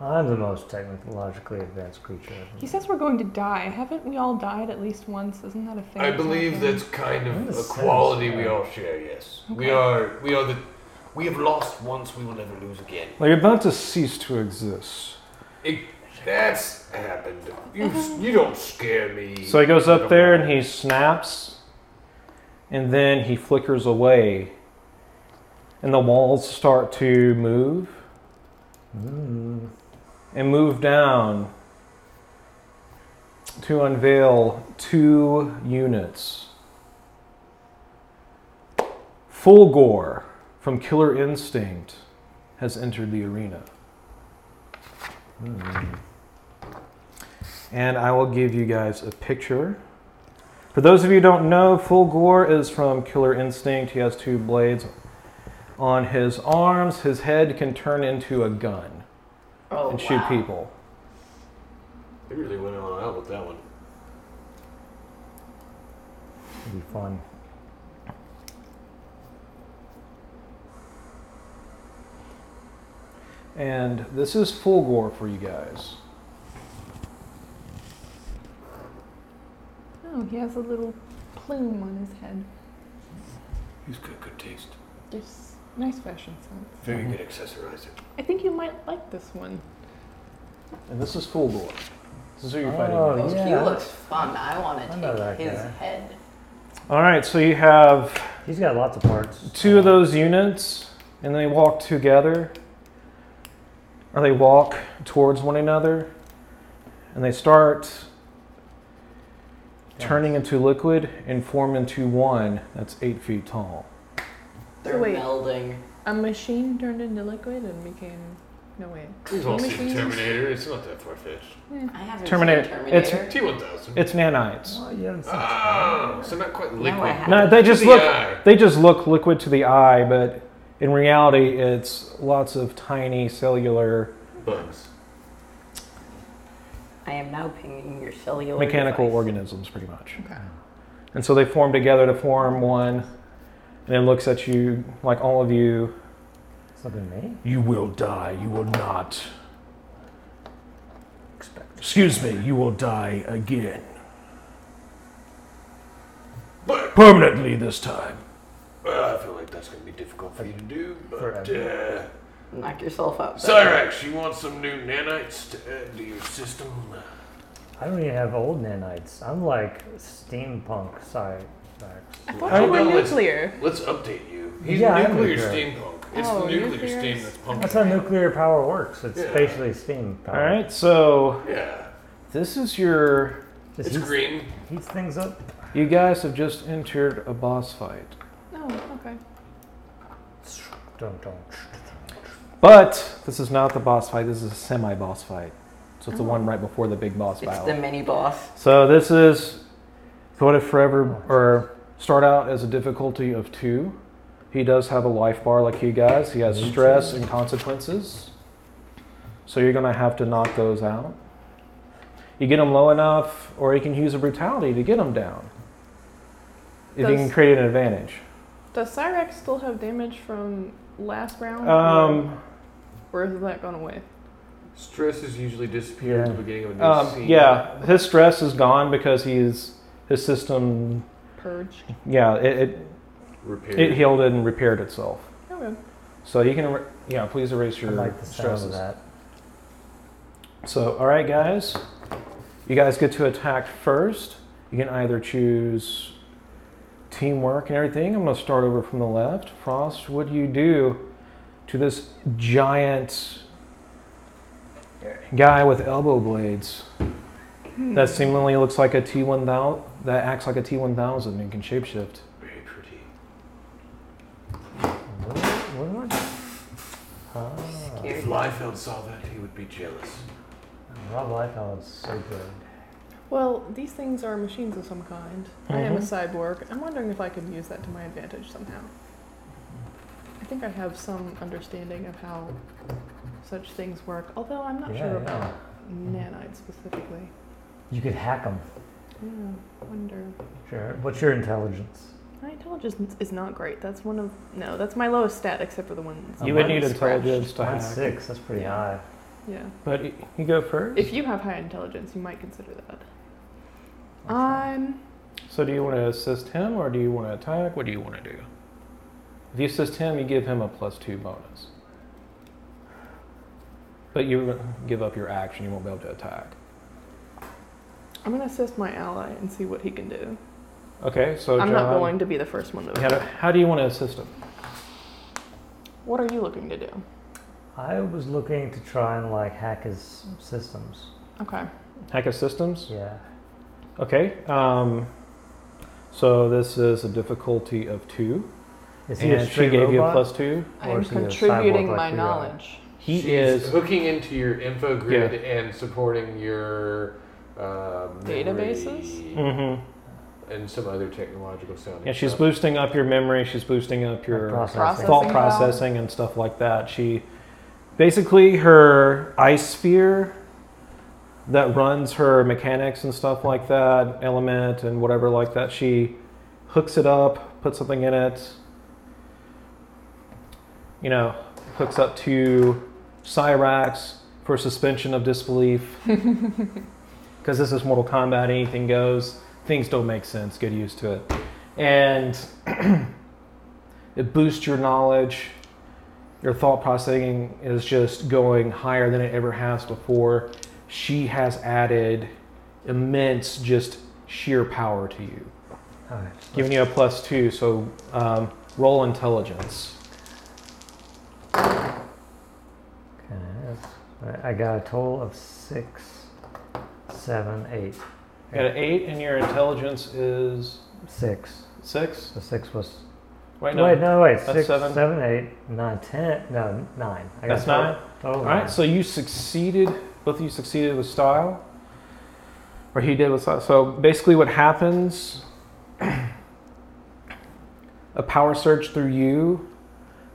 I'm the most technologically advanced creature. ever.
He says we're going to die. Haven't we all died at least once? Isn't that a thing?
I
that's
believe
happened?
that's kind
That
of a
is
quality
satisfying.
we all share. Yes,
Okay.
we are. We are the. We have lost once. We will never lose again.
Like you're about to cease to exist.
It, that's happened. You s- you don't scare me.
So he goes up there and he snaps, and then he flickers away, and the walls start to move
Mm.
and move down to unveil two units. Fulgore from Killer Instinct has entered the arena. And I will give you guys a picture. For those of you who don't know, Fulgore is from Killer Instinct. He has two blades on his arms. His head can turn into a gun
Oh,
and shoot
wow.
people.
They really went on out with that one.
It'd be fun.
And this is full gore for you guys.
Oh, he has a little plume on his head.
He's got good taste.
There's nice fashion sense.
Very good accessorizer.
I think you might like this one.
And this is full gore. This is who you're fighting.
Oh,
with.
Those- He
yeah.
looks fun. I want
I know
to
that
take his
guy.
head.
All right, so you have
He's got lots of parts.
two of those units, and they walk together, or they walk towards one another, and they start turning into liquid and form into one that's eight feet tall.
They're
wait.
melding.
A machine turned into liquid and became. No way.
We've all seen
Machines.
Terminator. It's not that far fetched.
I haven't
Terminator.
seen
It's-
Terminator.
T one thousand.
It's nanites.
Oh, you haven't seen-
Oh, so not quite liquid.
No, I haven't.
No, they just
The
look
eye.
they just look liquid to the eye, but in reality, it's lots of tiny cellular
Bugs.
I am now pinging your cellular.
mechanical
device.
organisms, pretty much.
Okay.
And so they form together to form one, and it looks at you like all of you.
It's not been me.
You will die. You will not. Excuse me. You will die again,
But
permanently this time.
well, I feel like that's gonna be difficult for you to do. But uh,
Knock yourself out. buddy.
Cyrax, you want some new nanites to add to your system?
I don't even have old nanites. I'm like steampunk side.
I thought
Well,
you were
no, it's-
nuclear.
Let's update you. He's
Yeah, I'm
nuclear
nuclear.
steampunk. It's
Oh,
the nuclear
nuclear
steam that's pumping.
That's how nuclear power works. It's
Yeah.
basically steam
All
power.
right. So
Yeah,
this is your.
Just
it's
heats,
green.
heats things up.
You guys have just entered a boss fight,
Oh, okay.
Dun, dun.
but this is not the boss fight. This is a semi-boss fight. So it's the one right before the big boss
Oh. It's
battle.
the mini boss.
So this is going to forever or start out as a difficulty of two. He does have a life bar like you guys. He has stress and consequences. So you're going to have to knock those out. You get him low enough, or you can use a brutality to get him down. If you
Does-
can create an advantage.
Does Cyrex still have damage from last
Oh,
round?
Um,
Or has that gone away?
Stress is usually disappeared at
Yeah.
the beginning of a new
um,
scene.
yeah, his stress is gone because he's his system.
Purge.
Yeah, it,
Repair.
it, it healed and repaired itself.
Okay.
So you can, er- yeah, please erase
I
your
like the sound
stresses.
of that.
So, all right, guys, you guys get to attack first. You can either choose teamwork and everything. I'm going to start over from the left. Frost, what do you do to this giant guy with elbow blades that seemingly looks like a T1000 that acts like a T1000 and can shapeshift.
Very pretty.
What? What? Ah.
If Liefeld saw that, he would be jealous.
Rob Liefeld is so good.
Well, these things are machines of some kind. I am a
Mhm.
cyborg. I'm wondering if I could use that to my advantage somehow. I think I have some understanding of how such things work, although I'm not
Yeah,
sure
yeah.
about nanites specifically.
You could hack him.
Yeah, wonder.
Sure. What's your intelligence?
My intelligence is not great. That's one of no. That's my lowest stat, except for the ones.
Oh,
You would
mine
need
is
intelligence to
Mine's
hack.
six. That's pretty high.
Yeah.
But y- you go first.
If you have high intelligence, you might consider that.
Okay.
I'm.
So do you want to assist him or do you want to attack? What do you want to do? If you assist him, you give him a plus two bonus. But you give up your action, you won't be able to attack.
I'm gonna assist my ally and see what he can do.
Okay, so
I'm
John,
not going to be the first one to.
How do, how do you want to assist him?
What are you looking to do?
I was looking to try and like hack his systems.
Okay.
Hack his systems?
Yeah.
Okay. Um, so this is a difficulty of two.
Is he a
And she
straight
gave you a
robot?
plus two.
I
Or
am
is he a cyborg
contributing
like
my
we are?
knowledge.
He
She's
is
hooking into your info grid and supporting your uh, memory
Databases?
hmm
and some other technological sounding.
Yeah,
Oh.
she's
stuff.
boosting up your memory. She's boosting up your
Processing.
Processing
thought
power.
processing and stuff like that. She basically her ice sphere that runs her mechanics and stuff like that, element and whatever like that. She hooks it up, puts something in it. You know, hooks up to Cyrax for suspension of disbelief. Because this is Mortal Kombat, anything goes. Things don't make sense. Get used to it. And it boosts your knowledge. Your thought processing is just going higher than it ever has before. She has added immense, just sheer power to you,
All right.
giving you a plus two. So um, roll intelligence.
Okay. that's- all right, I got a total of six, seven, eight,
You got an eight, and your intelligence is
six.
six.
So six was.
Right now,
wait, no, wait.
That's
six,
seven.
seven, eight, nine, ten. No, nine. I got
That's
a total-
nine?
Total
All
of
right,
nine.
so you succeeded. Both of you succeeded with style, or he did with style. So basically, what happens? a power surge through you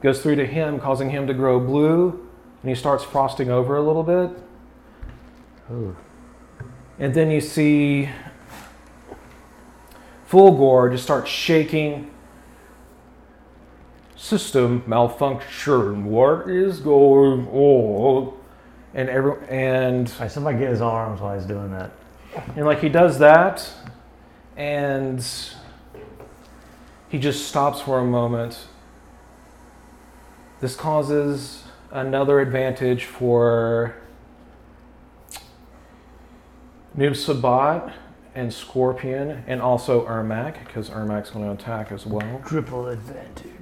goes through to him, causing him to grow blue, and he starts frosting over a little bit.
Ooh.
And then you see Fulgore just start shaking. System malfunction. What is going on? And every and
All right, somebody get his arms while he's doing that.
and like he does that, and he just stops for a moment. This causes another advantage for Noob Sabat and Scorpion, and also Ermac, because Ermac's going to attack as well.
Triple advantage.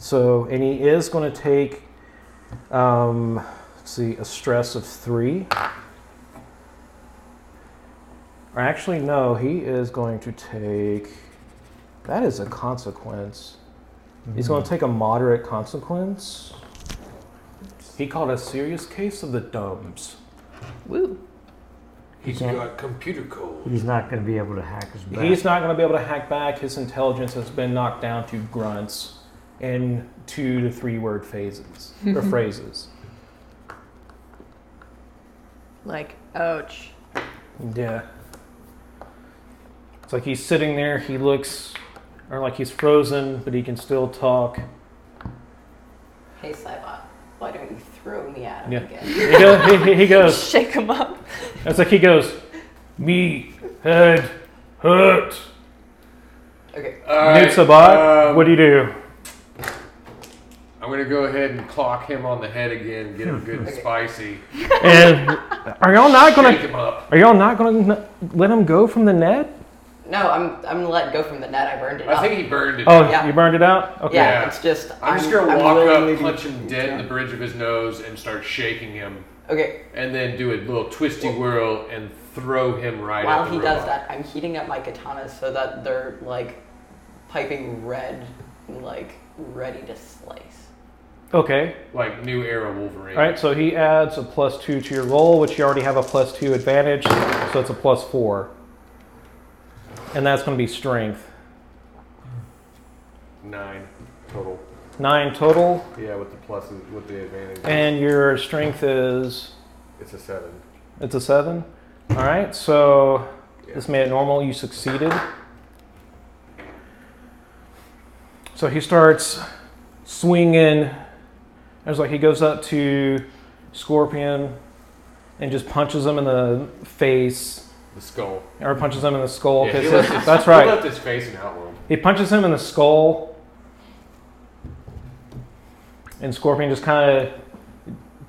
So, and he is going to take, um, let's see, a stress of three. Or actually, no, he is going to take. That is a consequence. He's going to take a moderate consequence. He called a serious case of the dumbs.
Woo.
He's
Yeah.
got computer cold.
Mm-hmm. He's not going to be able to hack his back.
He's not going to be able to hack back. His intelligence has been knocked down to grunts and two to three word phases or phrases.
Like, ouch.
Yeah. It's like he's sitting there, he looks or like he's frozen, but he can still talk.
Hey, Cybot, why don't you throw me at him
Yeah.
again?
He, go, he, he goes
Shake him up.
it's like he goes, Me head hurt.
Okay,
All
Nate
right,
Sabat,
um,
what do you do?
I'm gonna go ahead and clock him on the head again, get him good and spicy,
And are y'all not
shake
gonna
him up.
are y'all not gonna n- let him go from the net?
no, I'm I'm gonna let go from the net. I burned it up.
I think he burned it.
Oh,
Yeah.
you burned it out? Okay.
yeah,
Yeah.
it's just
I'm, just gonna walk
willing
up,
to do-
punch him dead in the bridge of his nose, and start shaking him.
Okay,
and then do a little twisty whirl and throw him right
while
at the
he
robot.
does that, I'm heating up my katanas so that they're like piping red, like ready to slice.
Okay.
Like new era Wolverine.
All right. So he adds a plus two to your roll, which you already have a plus two advantage, so it's a plus four. And that's going to be strength.
Nine total.
Nine total,
Yeah, with the pluses, with the advantage.
and your strength is
it's a seven.
it's a seven. All right. So
Yeah.
this made it normal. You succeeded. So he starts swinging. There's like he goes up to Scorpion and just punches him in the face.
The skull.
or punches him in the skull.
Yeah,
'cause
he left his-
that's
He
right.
left his face in Outworld.
He punches him in the skull, and Scorpion just kind of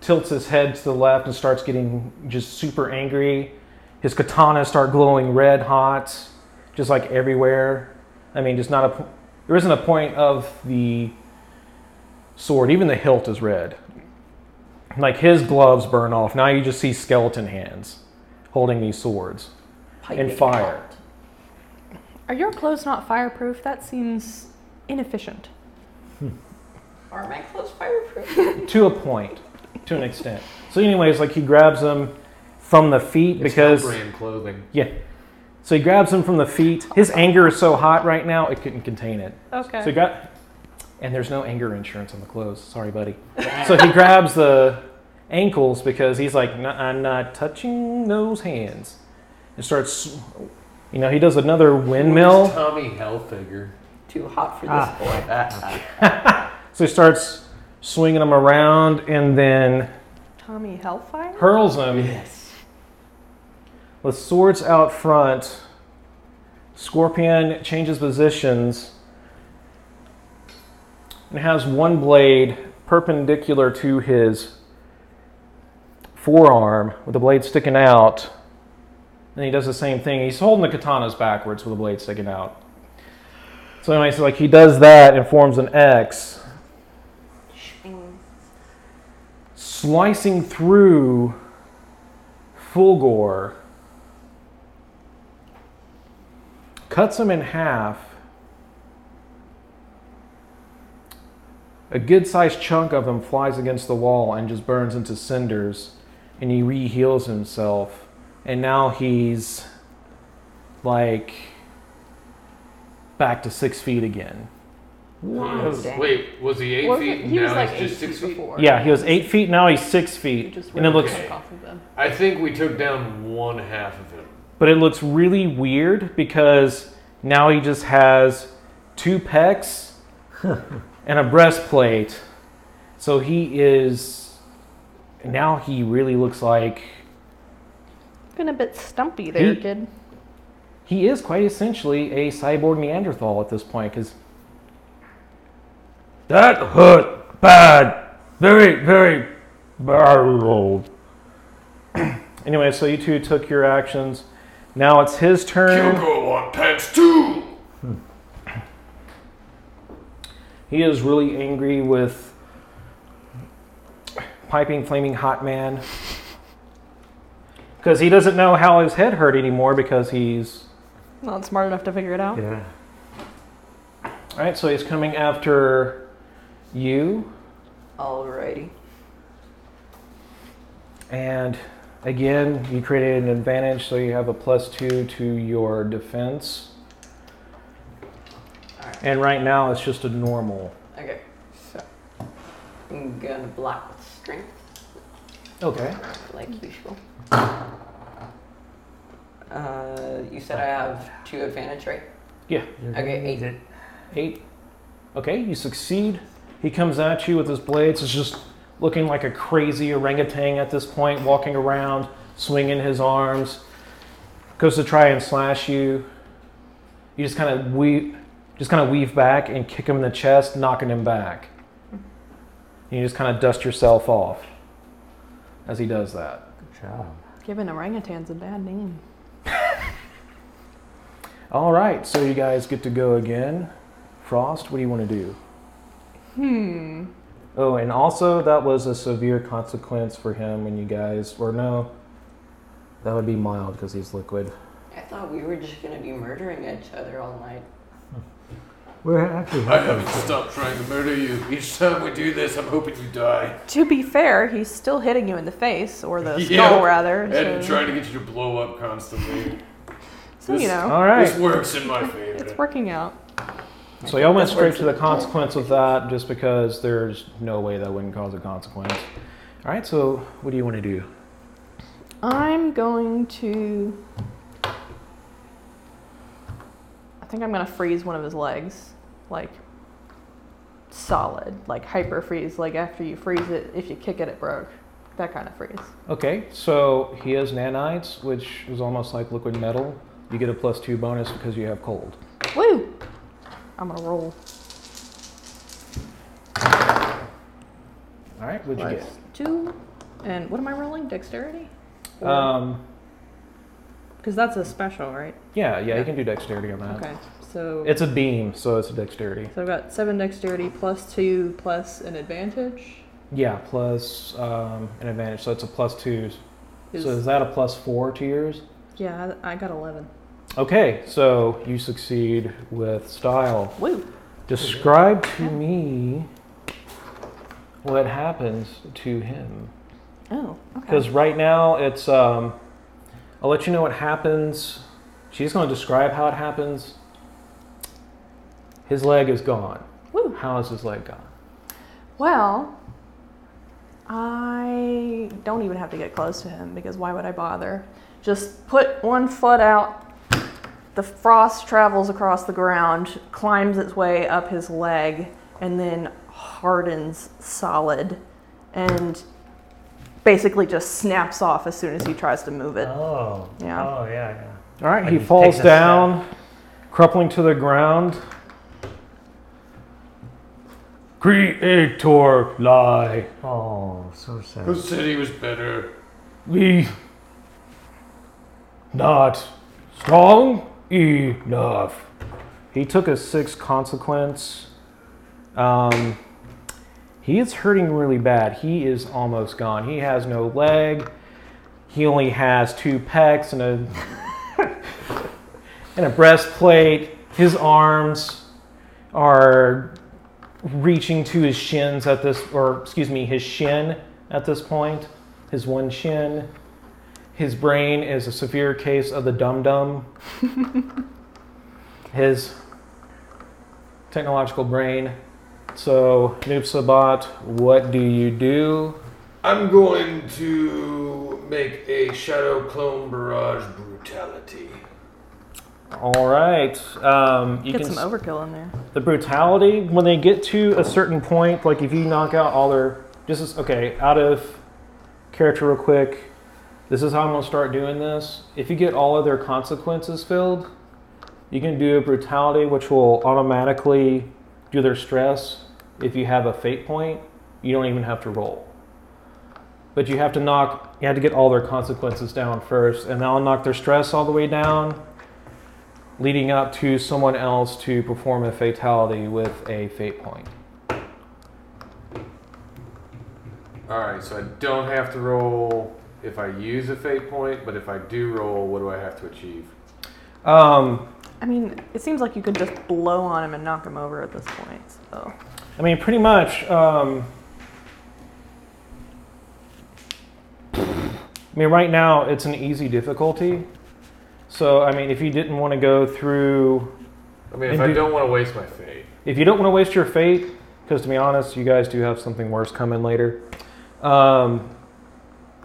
tilts his head to the left and starts getting just super angry. His katanas start glowing red hot, just like everywhere. I mean, just not a. po- There isn't a point of the sword. Even the hilt is red. Like his gloves burn off. Now you just see skeleton hands holding these swords.
Piping
fire.
hot.
Are your clothes not fireproof? That seems inefficient.
Are my clothes fireproof?
to a point, to an extent. So, anyways, like he grabs him from the feet because
brand clothing.
yeah. So he grabs him from the feet. His anger is so hot right now it couldn't contain it.
Okay.
So he got, and there's no anger insurance on the clothes. Sorry, buddy. so he grabs the ankles because he's like, "Nuh-uh, I'm not touching those hands, and starts. You know, he does another
It's
windmill.
Tommy Hellfinger.
Too hot for this
Ah.
boy.
So he starts swinging them around and then
Tommy Hellfire?
hurls them.
Yes.
with swords out front. Scorpion changes positions and has one blade perpendicular to his forearm with the blade sticking out. And he does the same thing. He's holding the katanas backwards with the blade sticking out. So anyway, so like he does that and forms an X, slicing through Fulgore. cuts him in half. A good sized chunk of him flies against the wall and just burns into cinders, and he re heals himself. And now he's like back to six feet again.
Dang.
Wait, was he eight
Wasn't-
feet?
he
now
was like
he's
eight
just six
feet
feet.
before.
Yeah, he was eight feet, now he's six
You
feet.
just
And it
ripped
looks,
the back off of them.
I think we took down one half of him.
but it looks really weird because now he just has two pecs and a breastplate. So he is now he really looks like
Been a bit stumpy there,
He-
kid.
he is quite essentially a cyborg Neanderthal at this point because that hurt bad, very very bad. anyway, so you two took your actions. Now it's his turn.
Hugo on pants too.
He is really angry with piping flaming hot man because he doesn't know how his head hurt anymore because he's
Not smart enough to figure it out.
Yeah.
all right. So he's coming after you,
Alrighty.
and again you created an advantage, so you have a plus two to your defense. And right now it's just a normal.
Okay, so I'm gonna block with strength
Okay.
like usual. Uh, you said I have two advantage, right?
You're
Okay,
gonna
eight.
need it.
Eight. Okay, you succeed. He comes at you with his blades. It's just looking like a crazy orangutan at this point, walking around, swinging his arms. Goes to try and slash you. You just kind of weave, just kind of weave back and kick him in the chest, knocking him back. And you just kind of dust yourself off as he does that.
Good job.
Giving orangutans a bad name.
All right, so you guys get to go again. Frost, what do you want to do?
Hmm.
Oh, and also that was a severe consequence for him when you guys were no. That would be mild because he's liquid.
I thought we were just gonna be murdering each other all night.
We're actually
I haven't stopped trying to murder you. Each time we do this, I'm hoping you die.
To be fair, he's still hitting you in the face, or the
Yeah.
skull rather.
And
So,
trying to get you to blow up constantly.
so, you
this-
know,
All right.
This works in my favor.
it's working out.
So y'all went
That
straight
works
to the
at the
consequence of that just because there's no way that wouldn't cause a consequence. All right, so what do you want to do?
I'm going to. I think I'm gonna freeze one of his legs, like solid, like hyper freeze. Like after you freeze it, if you kick it, it broke. That kind of freeze.
Okay, so he has nanites, which is almost like liquid metal. You get a plus two bonus because you have cold.
Woo! I'm gonna roll.
All right, what'd you
Nice.
Two. And what am I rolling? Dexterity?
get? Um,
Because that's a special, right?
yeah, yeah, you can do dexterity on that.
Okay. So
It's a beam, so it's a dexterity.
so I've got seven dexterity plus two plus an advantage.
Yeah, plus um, an advantage, so it's a plus two.
Is,
So is that a plus four to yours?
yeah, I, I got eleven.
Okay, so you succeed with style.
Woo!
Describe to me what happens to him.
Oh, okay.
Because right now it's, um, I'll let you know what happens. She's going to describe how it happens. His leg is gone.
Woo.
How is his leg gone?
Well, I don't even have to get close to him because why would I bother? Just put one foot out. The frost travels across the ground, climbs its way up his leg, and then hardens solid and basically just snaps off as soon as he tries to move it.
Oh.
Yeah.
Oh yeah, yeah.
All right,
Like
he
he
falls
takes a
down, crumpling to the ground. Creator lie.
Oh, so sad.
Who said he was better?
We not strong enough. He took a six consequence. Um, he is hurting really bad. He is almost gone. He has no leg. He only has two pecs and a and a breastplate. His arms are reaching to his shins at this, or excuse me, his shin at this point his one shin. His brain is a severe case of the dum dum. his technological brain. So, Noob Sabat, what do you do?
I'm going to make a shadow clone barrage brutality.
All right. Um, you
Get
can
some overkill in there.
the brutality when they get to a certain point like if you knock out all their this is okay out of character real quick this is how i'm going to start doing this if you get all of their consequences filled you can do a brutality which will automatically do their stress if you have a fate point you don't even have to roll but you have to knock you have to get all their consequences down first and that'll knock their stress all the way down leading up to someone else to perform a fatality with a fate point.
Alright, so I don't have to roll if I use a fate point, but if I do roll, what do I have to achieve?
Um,
I mean, it seems like you could just blow on him and knock him over at this point. So
I mean, pretty much. Um, I mean, right now it's an easy difficulty. So, I mean, if you didn't want to go through,
I mean, if
And
I
do-
don't want to waste my fate.
if you don't want to waste your fate, because to be honest, you guys do have something worse coming later. Um,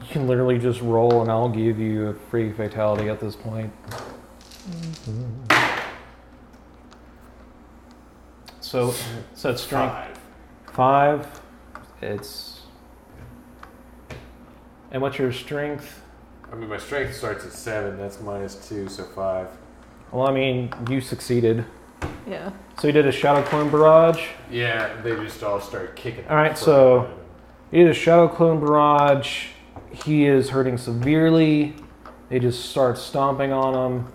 you can literally just roll, and I'll give you a free fatality at this point. So, so it's strength.
Five.
Five. It's. And what's your strength?
I mean, my strength starts at seven. That's minus two, so five.
Well, I mean, you succeeded.
yeah.
So you did a shadow clone barrage.
Yeah, they just all start kicking.
All right, so- You did a shadow clone barrage. He is hurting severely. They just start stomping on him.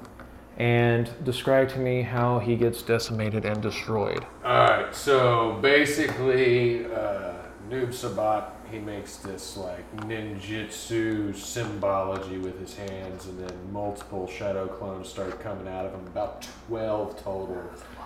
And describe to me how he gets decimated and destroyed.
All right, so basically, uh, Noob Sabat, he makes this like ninjutsu symbology with his hands, and then multiple shadow clones start coming out of him, about 12 total.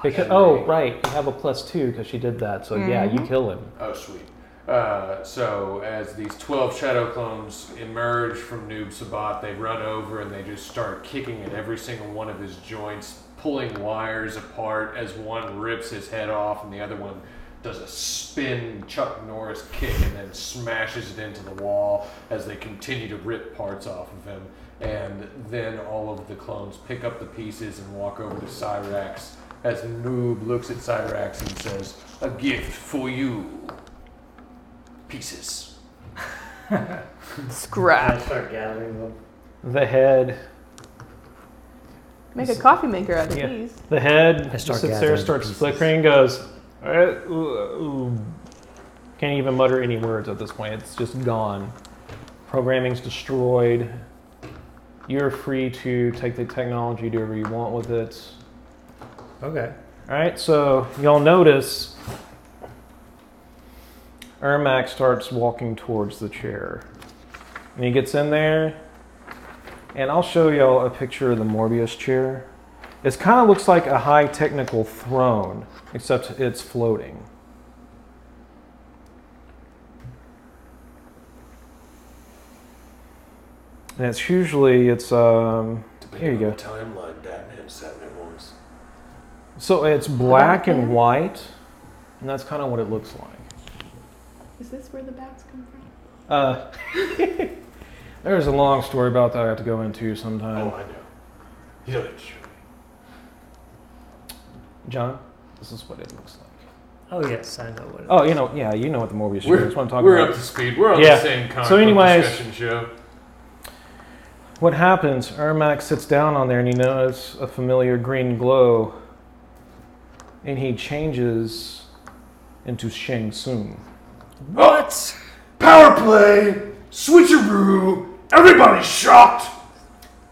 Because,
And
oh,
they-
right. You have a plus two because she did that. So, yeah, you kill him.
Oh, sweet. Uh, so, as these 12 shadow clones emerge from Noob Sabat, they run over and they just start kicking at every single one of his joints, pulling wires apart as one rips his head off and the other one does a spin Chuck Norris kick and then smashes it into the wall as they continue to rip parts off of him. And then all of the clones pick up the pieces and walk over to Cyrax as Noob looks at Cyrax and says, A gift for you pieces.
I
Scrap.
start gathering them.
The head.
Make a coffee maker out of
Yeah.
these.
The head
I start
sits there,
gathering
starts
pieces.
flickering, goes. "Eh, ooh, ooh." Can't even mutter any words at this point. It's just gone. Programming's destroyed. You're free to take the technology, do whatever you want with it.
Okay.
All right, so y'all notice Ermac starts walking towards the chair. And he gets in there, and I'll show y'all a picture of the Morbius chair. It kind of looks like a high technical throne, except it's floating. And it's usually it's um Here you
Depending
go.
on the Timeline Batman sat in it once.
so it's black and white, and that's kind of what it looks like.
Is this where the bats come from?
Uh, there's a long story about that I have to go into sometime.
Oh, I know. You know it's true.
John, this is what it looks like.
Oh yes, I know what. It
Oh, you know, yeah, you know what the Morbius is. That's what I'm talking
we're
about.
up to speed. We're on
Yeah.
the same comic
So
book
anyways-
discussion show.
What happens? Ermac sits down on there, and he notices a familiar green glow, and he changes into Shang Tsung.
What? Oh, Power play! Switcheroo! Everybody's shocked!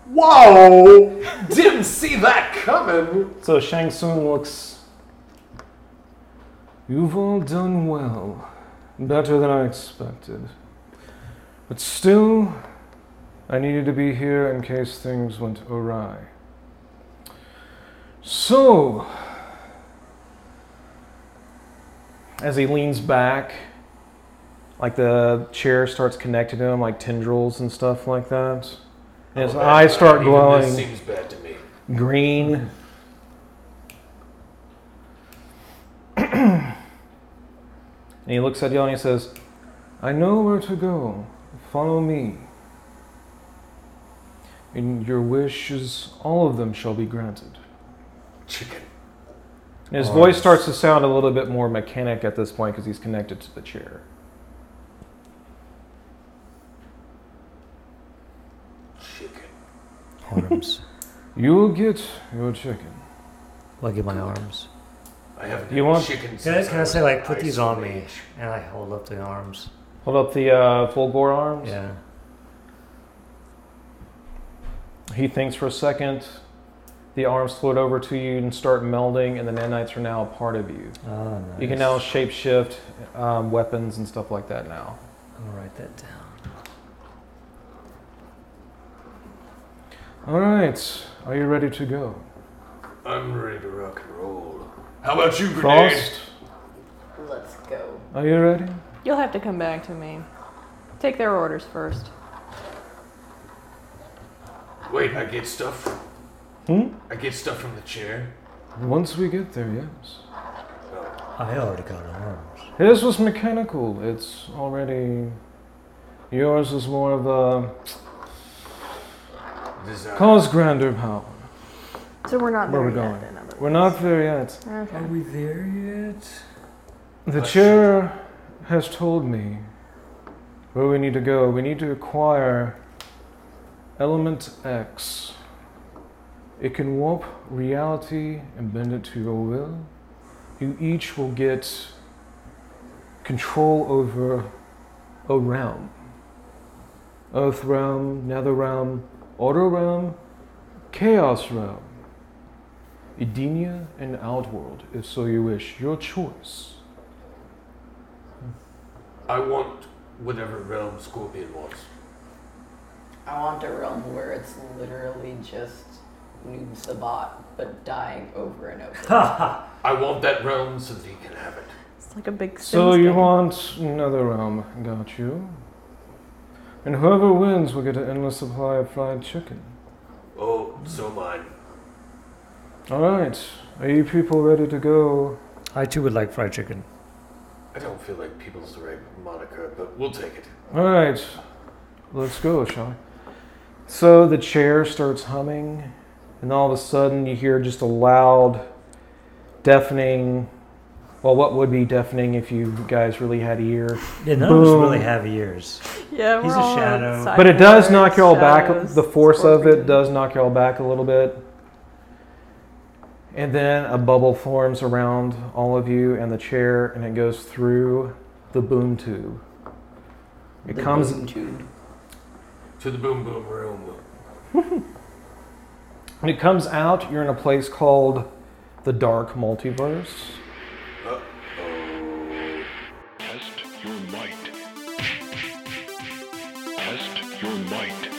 Wow! Didn't see that coming!
So Shang Tsung looks. You've all done well. Better than I expected. But still, I needed to be here in case things went awry. So. As he leans back, like the chair starts connecting to him, like tendrils and stuff like that. And his
Oh, that's
eyes start
bad.
glowing
Even this seems bad to me.
green. and he looks at y'all and he says, I know where to go. Follow me. And your wishes, all of them shall be granted.
Chicken.
And his
Oh,
voice
that's-
starts to sound a little bit more mechanic at this point because he's connected to the chair.
Chicken.
arms.
You'll get your chicken.
I'll get my arms.
I haven't
You
had
want-
chicken
Can I,
since
can I
was
say
in
like put
high
these on me,
school.
and I hold up the arms.
Hold up the uh, full gore arms.
Yeah.
He thinks for a second. The arms float over to you and start melding, and the nanites are now a part of you.
Oh, nice.
You can now shapeshift um, weapons and stuff like that now.
I'm gonna write that down.
All right, are you ready to go?
I'm ready to rock and roll. How about you, Grenade?
Frost,
Let's go.
are you ready?
You'll have to come back to me. Take their orders first.
Wait, I get stuff.
Hmm?
I get stuff from the chair.
Once we get there, yes.
I already got arms.
His was mechanical. It's already. Yours is more of a
Design.
cause grander power.
So we're not
Where
there
are we
yet,
going?
in other
We're
words.
not there yet.
Okay.
we there yet?
The
I see.
chair has told me where we need to go. We need to acquire element X. It can warp reality and bend it to your will. You each will get control over a realm. Earth realm, nether realm, order realm, chaos realm. Edenia and Outworld, if so you wish. Your choice.
I want whatever realm Scorpion wants.
I want a realm where it's literally just Noob Sabat, but dying over and over.
I want that realm so that he can have it.
It's like a big.
So
Sims
you
game.
want another realm? Got you. And whoever wins will get an endless supply of fried chicken.
Oh, so mine.
All right. Are you people ready to go?
I too would like fried chicken.
I don't feel like people's the right moniker, but we'll take it.
All right. Let's go, shall we? So the chair starts humming, and all of a sudden you hear just a loud, deafening. Well, what would be deafening if you guys really had ear?
Yeah, none of us
Boom.
really have ears.
Yeah,
He's
we're
a
all
shadow.
outside
But it does
there,
knock you all back.
shadows,
The force of it
scorpion.
does knock you all back a little bit. And then a bubble forms around all of you and the chair, and it goes through the boom tube. It
The
comes.
boom tube.
To the boom boom room.
When it comes out, you're in a place called the Dark Multiverse.
Test your might. Test your might.